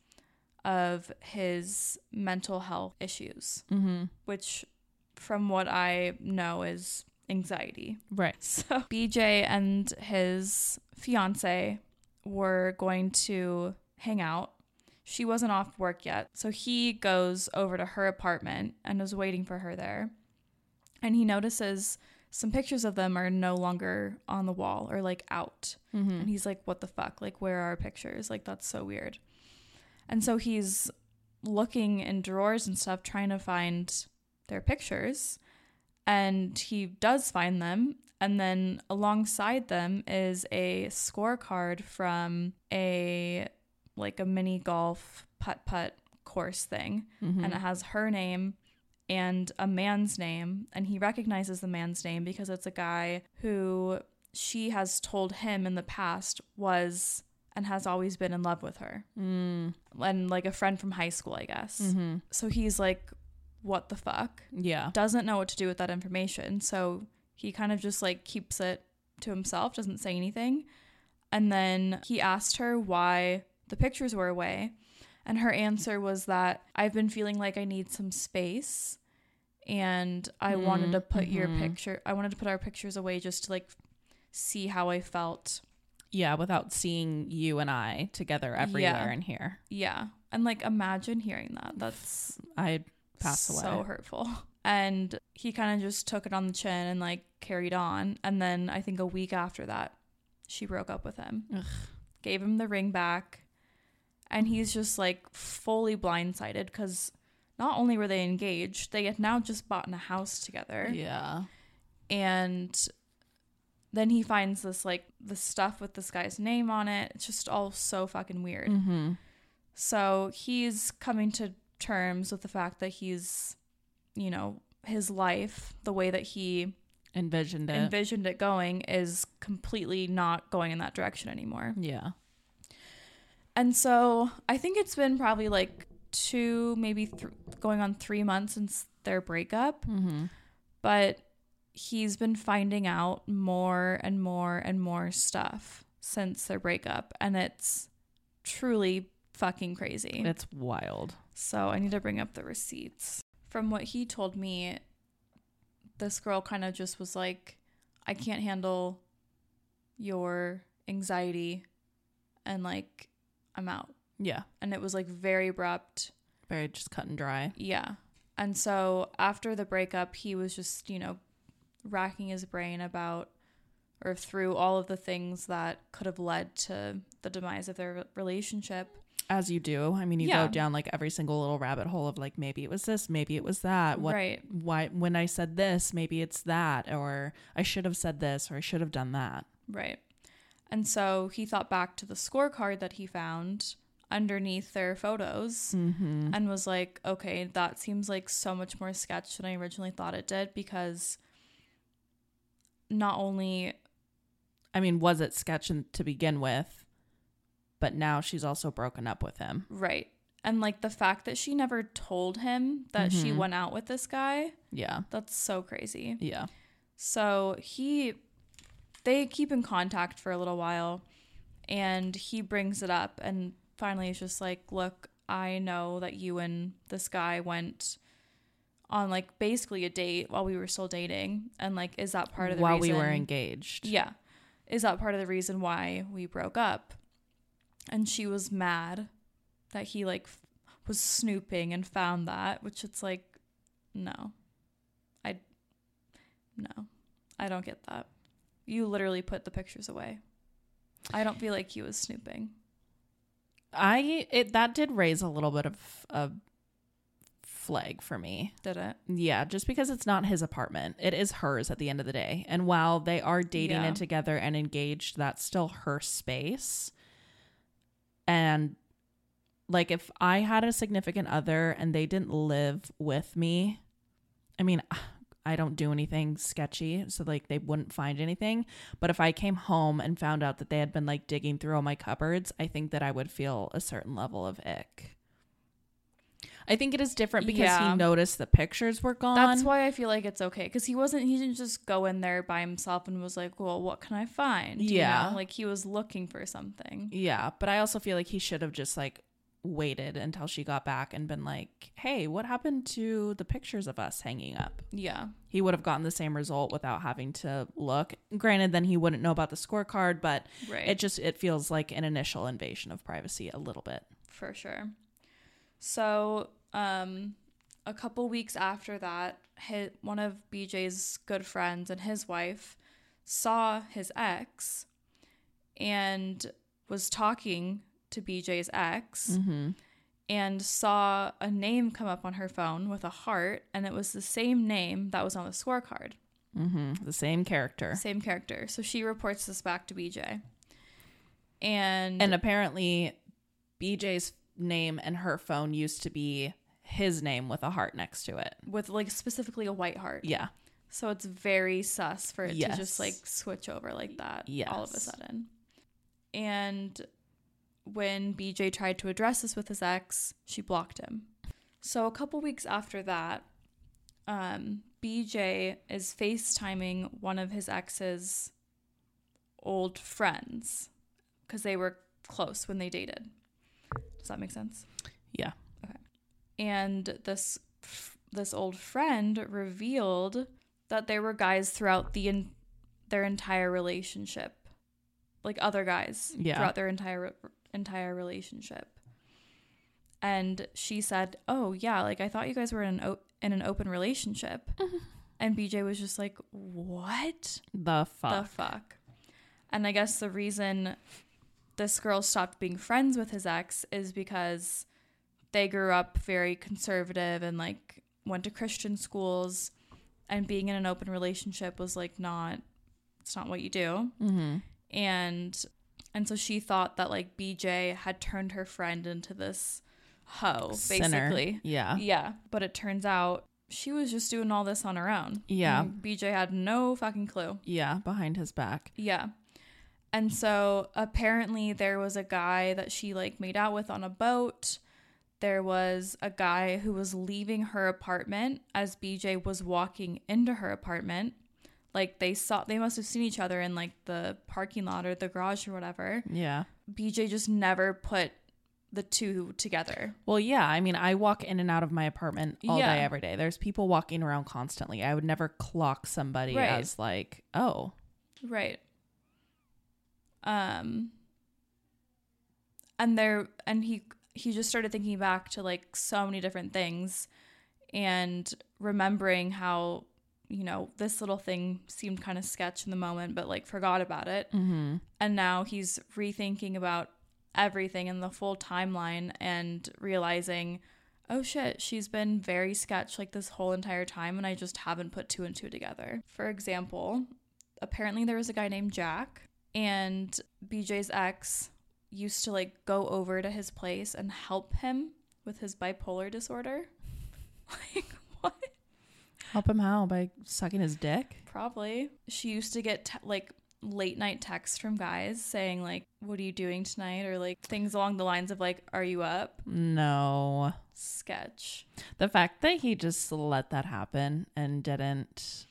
of his mental health issues, mm-hmm. which from what I know is anxiety. right. So BJ and his fiance were going to hang out. She wasn't off work yet. So he goes over to her apartment and is waiting for her there. And he notices some pictures of them are no longer on the wall or like out. Mm-hmm. And he's like, what the fuck? Like, where are our pictures? Like, that's so weird. And so he's looking in drawers and stuff, trying to find their pictures. And he does find them. And then alongside them is a scorecard from a like a mini golf putt putt course thing. And it has her name and a man's name. And he recognizes the man's name because it's a guy who she has told him in the past was and has always been in love with her Mm. and like a friend from high school, I guess. Mm-hmm. So he's like, what the fuck? Yeah. Doesn't know what to do with that information. So he kind of just like keeps it to himself, doesn't say anything. And then he asked her why the pictures were away. And her answer was that I've been feeling like I need some space and I wanted to put your mhm. picture, I wanted to put our pictures away just to like see how I felt. Yeah, without seeing you and I together everywhere Yeah. in here. Yeah. And like imagine hearing that. That's I pass away. So hurtful. And he kind of just took it on the chin and like carried on. And then I think a week after that, she broke up with him, Ugh. gave him the ring back. And he's just like fully blindsided because not only were they engaged, they had now just bought in a house together. Yeah. And then he finds this like the stuff with this guy's name on it. It's just all so fucking weird. Mm-hmm. So he's coming to terms with the fact that he's, you know, his life, the way that he Envisioned it. envisioned it going, is completely not going in that direction anymore. yeah. And so I think it's been probably like two, maybe th- going on three months since their breakup, Mm-hmm. but he's been finding out more and more and more stuff since their breakup. And it's truly fucking crazy. It's wild. So I need to bring up the receipts. From what he told me, this girl kind of just was like, I can't handle your anxiety and like, I'm out. Yeah. And it was like very abrupt. Very just cut and dry. Yeah. And so after the breakup, he was just, you know, racking his brain about or through all of the things that could have led to the demise of their relationship. As you do. I mean, you Yeah. go down like every single little rabbit hole of like maybe it was this, maybe it was that. What Right. why when I said this, maybe it's that or I should have said this or I should have done that. Right. And so he thought back to the scorecard that he found underneath their photos Mm-hmm. and was like, okay, that seems like so much more sketch than I originally thought it did because not only I mean, was it sketch in- to begin with, but now she's also broken up with him. Right. And like the fact that she never told him that she Mhm. went out with this guy, Yeah. that's so crazy. Yeah. So he, they keep in contact for a little while and he brings it up. And finally, he's just like, Look, I know that you and this guy went on like basically a date while we were still dating. And like, is that part of the While reason? we were engaged. Yeah. Is that part of the reason why we broke up? And she was mad that he like f- was snooping and found that, which it's like no. I no. I don't get that. You literally put the pictures away. I don't feel like he was snooping. I it that did raise a little bit of a flag for me. Did it? Yeah, just because it's not his apartment. It is hers at the end of the day. And while they are dating Yeah. and together and engaged, that's still her space. And like if I had a significant other and they didn't live with me, I mean, I don't do anything sketchy, so like they wouldn't find anything. But if I came home and found out that they had been like digging through all my cupboards, I think that I would feel a certain level of ick. I think it is different because Yeah. he noticed the pictures were gone. That's why I feel like it's okay cuz he wasn't he didn't just go in there by himself and was like, "Well, what can I find?" You Yeah. know? Like he was looking for something. Yeah, but I also feel like he should have just like waited until she got back and been like, "Hey, what happened to the pictures of us hanging up?" Yeah. He would have gotten the same result without having to look. Granted, then he wouldn't know about the scorecard, but Right. it just it feels like an initial invasion of privacy a little bit. for sure. So, um, a couple weeks after that, his, one of BJ's good friends and his wife saw his ex and was talking to BJ's ex Mm-hmm. and saw a name come up on her phone with a heart, and it was the same name that was on the scorecard, Mm-hmm. The same character. same character. So she reports this back to BJ. And, And apparently, BJ's name and her phone used to be his name with a heart next to it. with like specifically a white heart. Yeah. So it's very sus for it to Yes. just like switch over like that all of a Yes. sudden. And when BJ tried to address this with his ex, she blocked him. So a couple weeks after that, um, BJ is FaceTiming one of his ex's old friends because they were close when they dated. Does that make sense? Yeah. and this this old friend revealed that there were guys throughout the en- their entire relationship like other guys Yeah. throughout their entire re- entire relationship and she said oh yeah like i thought you guys were in an o- in an open relationship and bj was just like what The fuck. the fuck? And I guess the reason this girl stopped being friends with his ex is because they grew up very conservative and like went to Christian schools and being in an open relationship was like not it's not what you do. mm-hmm. And and so she thought that like BJ had turned her friend into this hoe basically. Yeah. Yeah, but it turns out she was just doing all this on her own. Yeah. And BJ had no fucking clue. Yeah. Behind his back. Yeah. And so apparently there was a guy that she like made out with on a boat. There was a guy who was leaving her apartment as BJ was walking into her apartment. Like they saw they must have seen each other in like the parking lot or the garage or whatever. Yeah. BJ just never put the two together. Well, yeah. I mean, I walk in and out of my apartment all Yeah. day, every day. There's people walking around constantly. I would never clock somebody Right. as like, oh, Right. Um and there and he he just started thinking back to like so many different things and remembering how you know this little thing seemed kind of sketch in the moment but like forgot about it mm-hmm. and now he's rethinking about everything in the full timeline and realizing oh shit she's been very sketch like this whole entire time and i just haven't put two and two together for example apparently there was a guy named jack and bj's ex used to like go over to his place and help him with his bipolar disorder like what help him out by sucking his dick. Probably. She used to get t- like late night texts from guys saying like, "What are you doing tonight?" or like things along the lines of like, "Are you up?" No. Sketch. The fact that he just let that happen and didn't.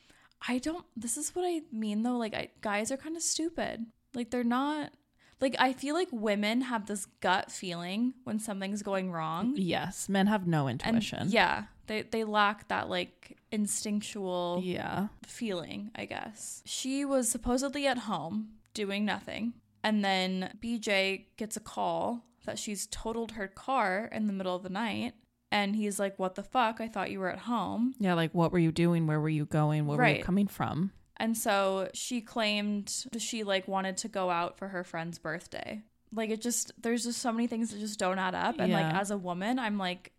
I don't. This is what I mean though. Like, I, guys are kind of stupid. Like, they're not. Like, I feel like women have this gut feeling when something's going wrong. Yes, men have no And intuition. yeah, they they lack that like instinctual Yeah. feeling, I guess. She was supposedly at home doing nothing, and then BJ gets a call that she's totaled her car in the middle of the night, and he's like, "What the fuck? I thought you were at home." Yeah, like what were you doing? Where were you going? Where were you Right. coming from? And so she claimed that she like wanted to go out for her friend's birthday. Like it just there's just so many things that just don't add up and like Yeah. as a woman, I'm like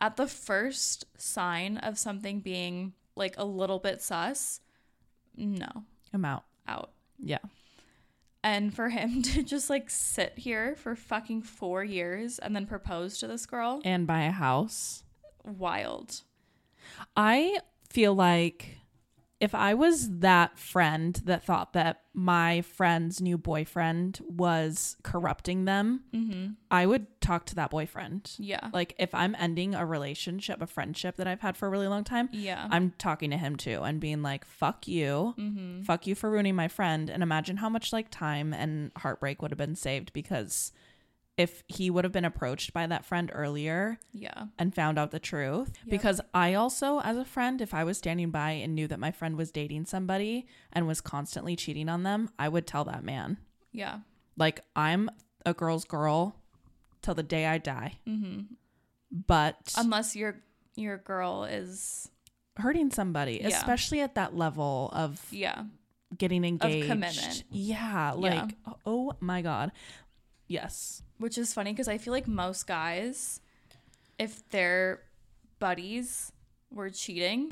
at the first sign of something being like a little bit sus, no, I'm out. out. Yeah. and for him to just like sit here for fucking four years and then propose to this girl And buy a house. wild I feel like if I was that friend that thought that my friend's new boyfriend was corrupting them, mm-hmm. I would talk to that boyfriend. yeah Like if I'm ending a relationship, a friendship that I've had for a really long time, yeah I'm talking to him too and being like, fuck you. mm-hmm. Fuck you for ruining my friend. And imagine how much like time and heartbreak would have been saved because if he would have been approached by that friend earlier yeah and found out the truth. Yep. Because I also, as a friend, if I was standing by and knew that my friend was dating somebody and was constantly cheating on them, I would tell that man, yeah like, I'm a girl's girl till the day I die. mm-hmm. Um, But unless your your girl is hurting somebody, Yeah. especially at that level of yeah getting engaged. commitment. Yeah. Like, oh my God. Yes. which is funny because i feel like most guys if their buddies were cheating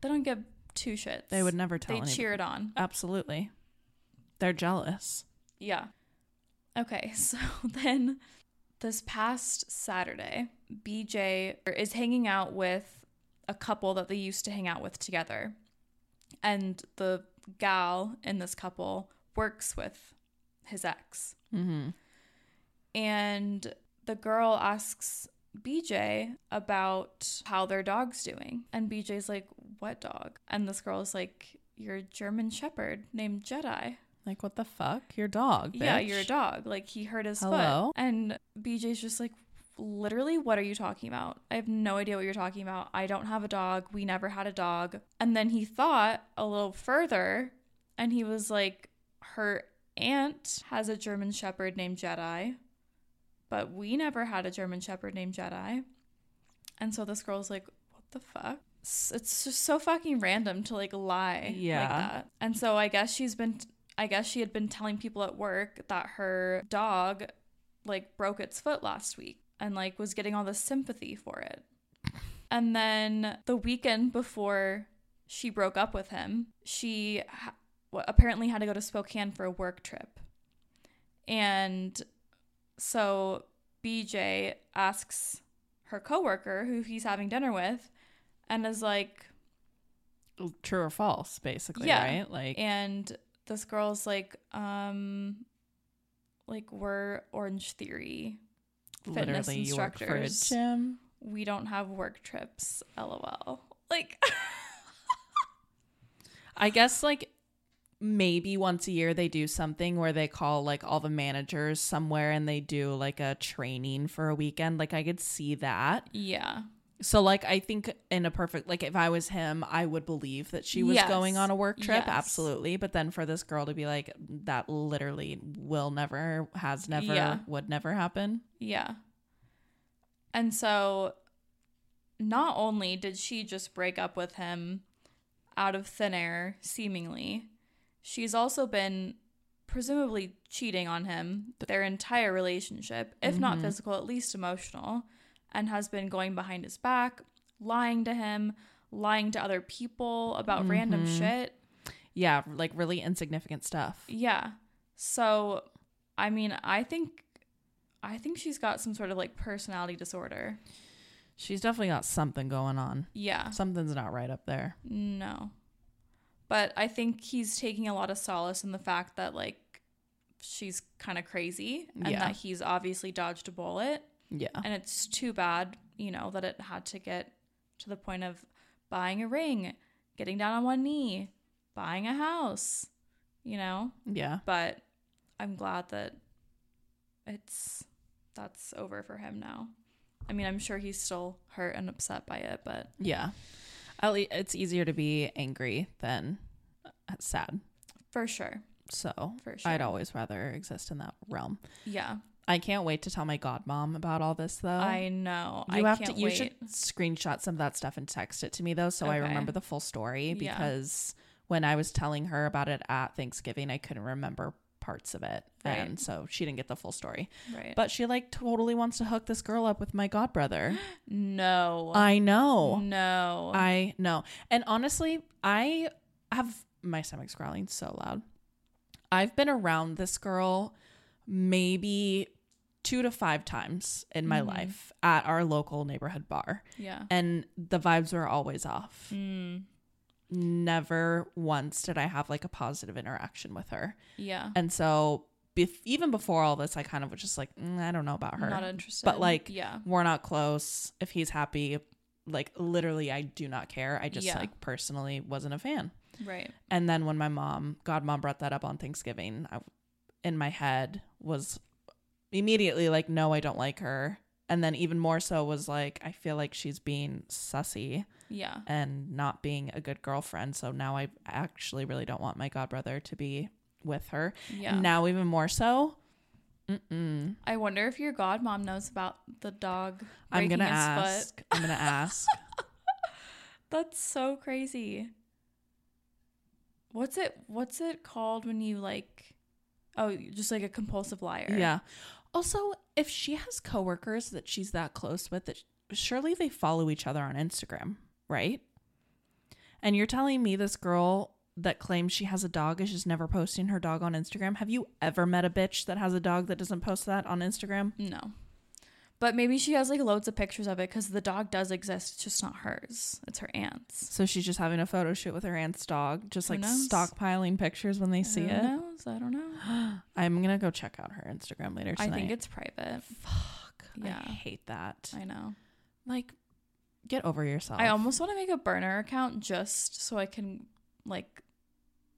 they don't give two shits They would never they tell anybody. cheer it on Absolutely. They're jealous. Yeah. Okay, so then this past Saturday, BJ is hanging out with a couple that they used to hang out with together. And the gal in this couple works with his ex. Mm-hmm. And the girl asks BJ about how their dog's doing. And BJ's like, What dog? And this girl's like, Your German Shepherd named Jedi. Like, what the fuck? Your dog. Yeah, bitch. you're a dog. Like he hurt his Hello? foot. And BJ's just like, literally, what are you talking about? I have no idea what you're talking about. I don't have a dog. We never had a dog. And then he thought a little further and he was like, her aunt has a German Shepherd named Jedi, but we never had a German Shepherd named Jedi. And so this girl's like, what the fuck? S- It's just so fucking random to like lie like Yeah. that. And so I guess she's been, I guess she had been telling people at work that her dog like broke its foot last week and like was getting all this sympathy for it. And then the weekend before she broke up with him, she ha- wa- apparently had to go to Spokane for a work trip. And so BJ asks her coworker who he's having dinner with and is like, True or false, basically, Yeah. right? Like, and this girl's like, um, like we're Orange Theory fitness literally, you work for a instructors. gym. we don't have work trips lol like I guess, like, maybe once a year they do something where they call, like, all the managers somewhere and they do, like, a training for a weekend. Like, I could see that. yeah So like I think in a perfect like if I was him, I would believe that she was Yes. going on a work trip, Yes. absolutely. But then for this girl to be like that literally will never has never Yeah. would never happen. yeah and so not only did she just break up with him out of thin air seemingly she's also been presumably cheating on him their entire relationship if not Mhm. physical at least emotional and has been going behind his back lying to him lying to other people about random Mhm. shit Yeah, like really insignificant stuff. Yeah. So, I mean, I think I think she's got some sort of like personality disorder. She's definitely got something going on. Yeah. Something's not right up there. No. But I think he's taking a lot of solace in the fact that like she's kind of crazy and Yeah. that he's obviously dodged a bullet. Yeah. And it's too bad, you know, that it had to get to the point of buying a ring, getting down on one knee, buying a house, you know? Yeah. But I'm glad that it's that's over for him now. I mean, I'm sure he's still hurt and upset by it, but Yeah. At least it's easier to be angry than uh, sad. for sure. So For sure. I'd always rather exist in that realm. Yeah. I can't wait to tell my godmom about all this though. I know. Oh? you I have can't to. You wait. should screenshot some of that stuff and text it to me though, so I Okay. remember the full story. Yeah. Because when I was telling her about it at Thanksgiving, I couldn't remember parts of it, Right. and so she didn't get the full story. right. But she like totally wants to hook this girl up with my godbrother. no. I know. no. Oh. I know. And honestly, I have my stomach's growling so loud. I've been around this girl maybe two to five times in my Mhm. life at our local neighborhood bar. yeah. And the vibes were always off. Mm, Never once did I have like a positive interaction with her. yeah. And so, bef- even before all this, I kind of was just like, "Mm, I don't know about her. Not interested. But, like, yeah. we're not close. If he's happy, like literally, I do not care. I just Yeah. like personally wasn't a fan. Right. And then when my mom, godmom, brought that up on Thanksgiving, I, in my head was immediately like, no, I don't like her. And then even more so was like, I feel like she's being sussy Yeah. and not being a good girlfriend. So now I actually really don't want my godbrother to be with her. Yeah. And Now even more so. Mm-mm. I wonder if your godmom knows about the dog I'm breaking gonna his foot. ask. I'm gonna ask. That's so crazy. What's it what's it called when you like oh you're just like a compulsive liar. Yeah. Also, if she has coworkers that she's that close with, that surely they follow each other on Instagram, right? And you're telling me this girl that claims she has a dog is just never posting her dog on Instagram. Have you ever met a bitch that has a dog that doesn't post that on Instagram? No. But maybe she has like loads of pictures of it because the dog does exist. It's just not hers. It's her aunt's. So she's just having a photo shoot with her aunt's dog, just Who like knows? stockpiling pictures when they see Who it. knows? I don't know. I'm gonna go check out her Instagram later I tonight. think it's private. fuck. Yeah. I hate that. I know. Like, get over yourself. I almost want to make a burner account just so I can like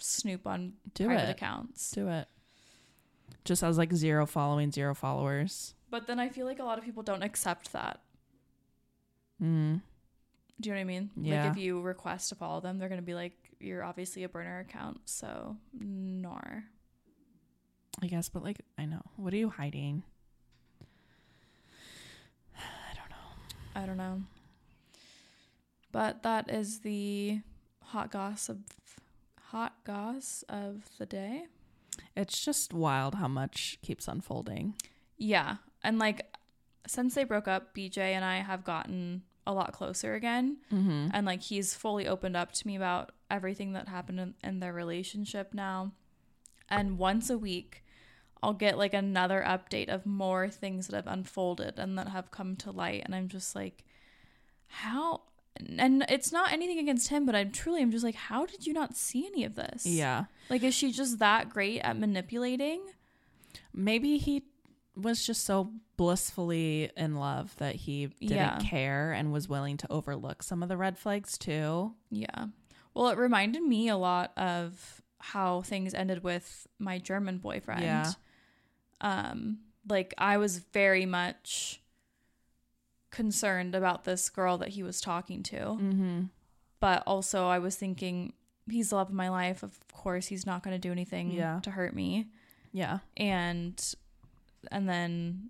snoop on do private it. accounts. do it. Just has like zero following, zero followers. But then I feel like a lot of people don't accept that. Mm. Do you know what I mean? Yeah. Like if you request to follow them, they're gonna be like, "You're obviously a burner account, so nor." I guess, but like, I know. What are you hiding? I don't know. I don't know. But that is the hot gossip, hot goss of the day. It's just wild how much keeps unfolding. Yeah, and like since they broke up, BJ and I have gotten a lot closer again, Mm-hmm. and like he's fully opened up to me about everything that happened in, in their relationship now. And once a week, I'll get like another update of more things that have unfolded and that have come to light. And I'm just like, how? And it's not anything against him, but I'm truly, I'm just like, how did you not see any of this? Yeah. Like, is she just that great at manipulating? Maybe he was just so blissfully in love that he didn't Yeah. care and was willing to overlook some of the red flags too. Yeah. Well, it reminded me a lot of how things ended with my German boyfriend. Yeah. Um, like I was very much concerned about this girl that he was talking to, Mm-hmm. but also I was thinking he's the love of my life. Of course, he's not going to do anything Yeah. to hurt me. Yeah. And and then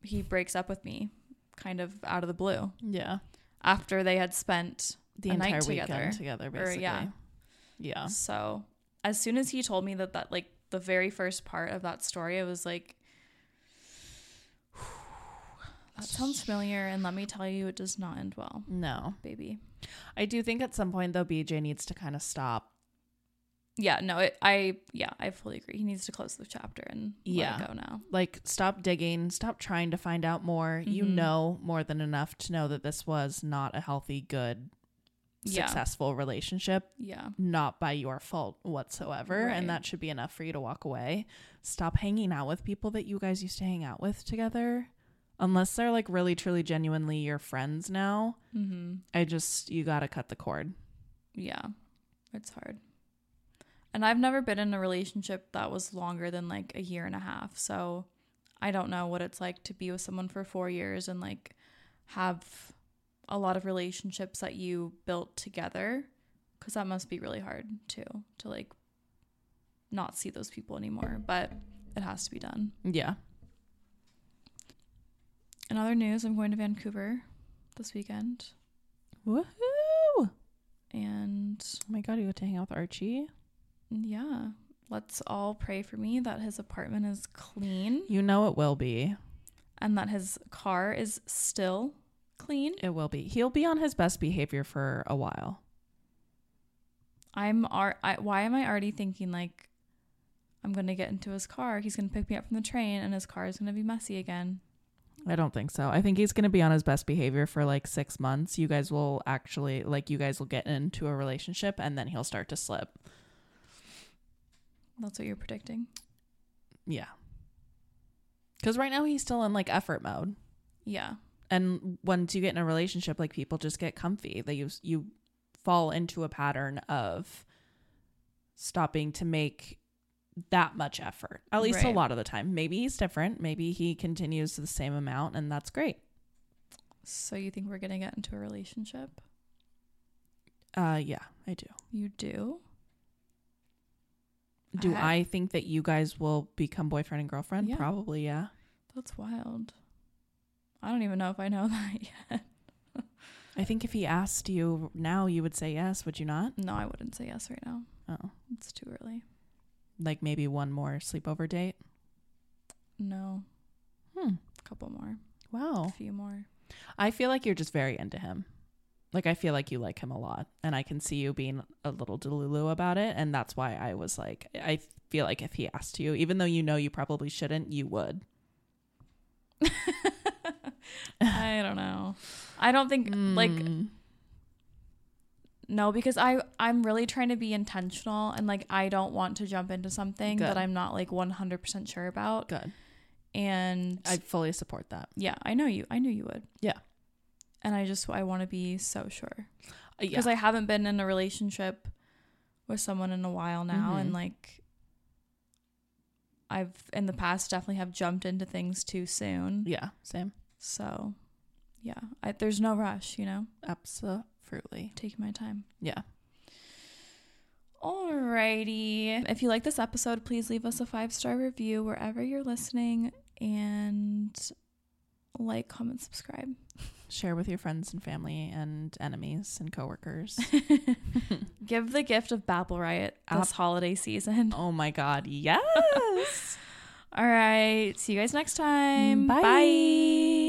he breaks up with me kind of out of the blue Yeah. after they had spent The A night entire together. weekend together, Or, basically. yeah. Yeah. So, as soon as he told me that that like the very first part of that story, I was like that sounds familiar and let me tell you it does not end well, No. baby. I do think at some point though BJ needs to kind of stop. Yeah, no, it, I yeah, I fully agree. He needs to close the chapter and let Yeah. it go now. Like stop digging, stop trying to find out more. You Mhm. know more than enough to know that this was not a healthy good Yeah. successful relationship Yeah. not by your fault whatsoever Right. and that should be enough for you to walk away stop hanging out with people that you guys used to hang out with together unless they're like really truly genuinely your friends now Mm-hmm. i just you gotta cut the cord Yeah. It's hard. And I've never been in a relationship that was longer than like a year and a half. So I don't know what it's like to be with someone for four years and like have a lot of relationships that you built together. Cause that must be really hard too to like not see those people anymore. But it has to be done. yeah In other news, I'm going to Vancouver this weekend. woohoo oh And my god you got to hang out with archie yeah, let's all pray for me that his apartment is clean. you know it will be and that his car is still clean. it will be he'll be on his best behavior for a while I'm ar- I, why am I already thinking like I'm going to get into his car, he's going to pick me up from the train and his car is going to be messy again. I don't think so. I think he's going to be on his best behavior for like six months. You guys will actually, like, you guys will get into a relationship and then he'll start to slip. That's what you're predicting. Yeah. Because right now he's still in like effort mode. Yeah. And once you get in a relationship, like, people just get comfy. They you, you fall into a pattern of stopping to make that much effort, at least a Right. lot of the time. Maybe he's different. Maybe he continues the same amount, and that's great. So you think we're going to get into a relationship? Uh, yeah, I do. You do? Do I- I, think that you guys will become boyfriend and girlfriend? Yeah. Probably, yeah. That's wild. I don't even know if I know that yet. I think if he asked you now, you would say yes, would you not? No, I wouldn't say yes right now. Oh, It's too early. like maybe one more sleepover date. No, Hmm. a couple more, a Wow. few more. I feel like you're just very into him. Like I feel like you like him a lot, and I can see you being a little delulu about it, and that's why I was like, I feel like if he asked you, even though you know you probably shouldn't, you would. I don't know. I don't think like Mm. no because I I'm really trying to be intentional and like I don't want to jump into something Good. that I'm not like 100% sure about good. and I fully support that. yeah, I know you. I knew you would. Yeah. And I just I want to be so sure Uh, Yeah. because I haven't been in a relationship with someone in a while now and Mhm. like I've in the past definitely have jumped into things too soon. yeah. Same. So, yeah, I, there's no rush, you know. Absolutely. Take my time. Yeah. Alrighty. If you like this episode, please leave us a five star review wherever you're listening and like, comment, subscribe. share with your friends and family and enemies and coworkers. Give the gift of Babel Riot this Ab- holiday season. oh my god, yes. All right. See you guys next time. Bye.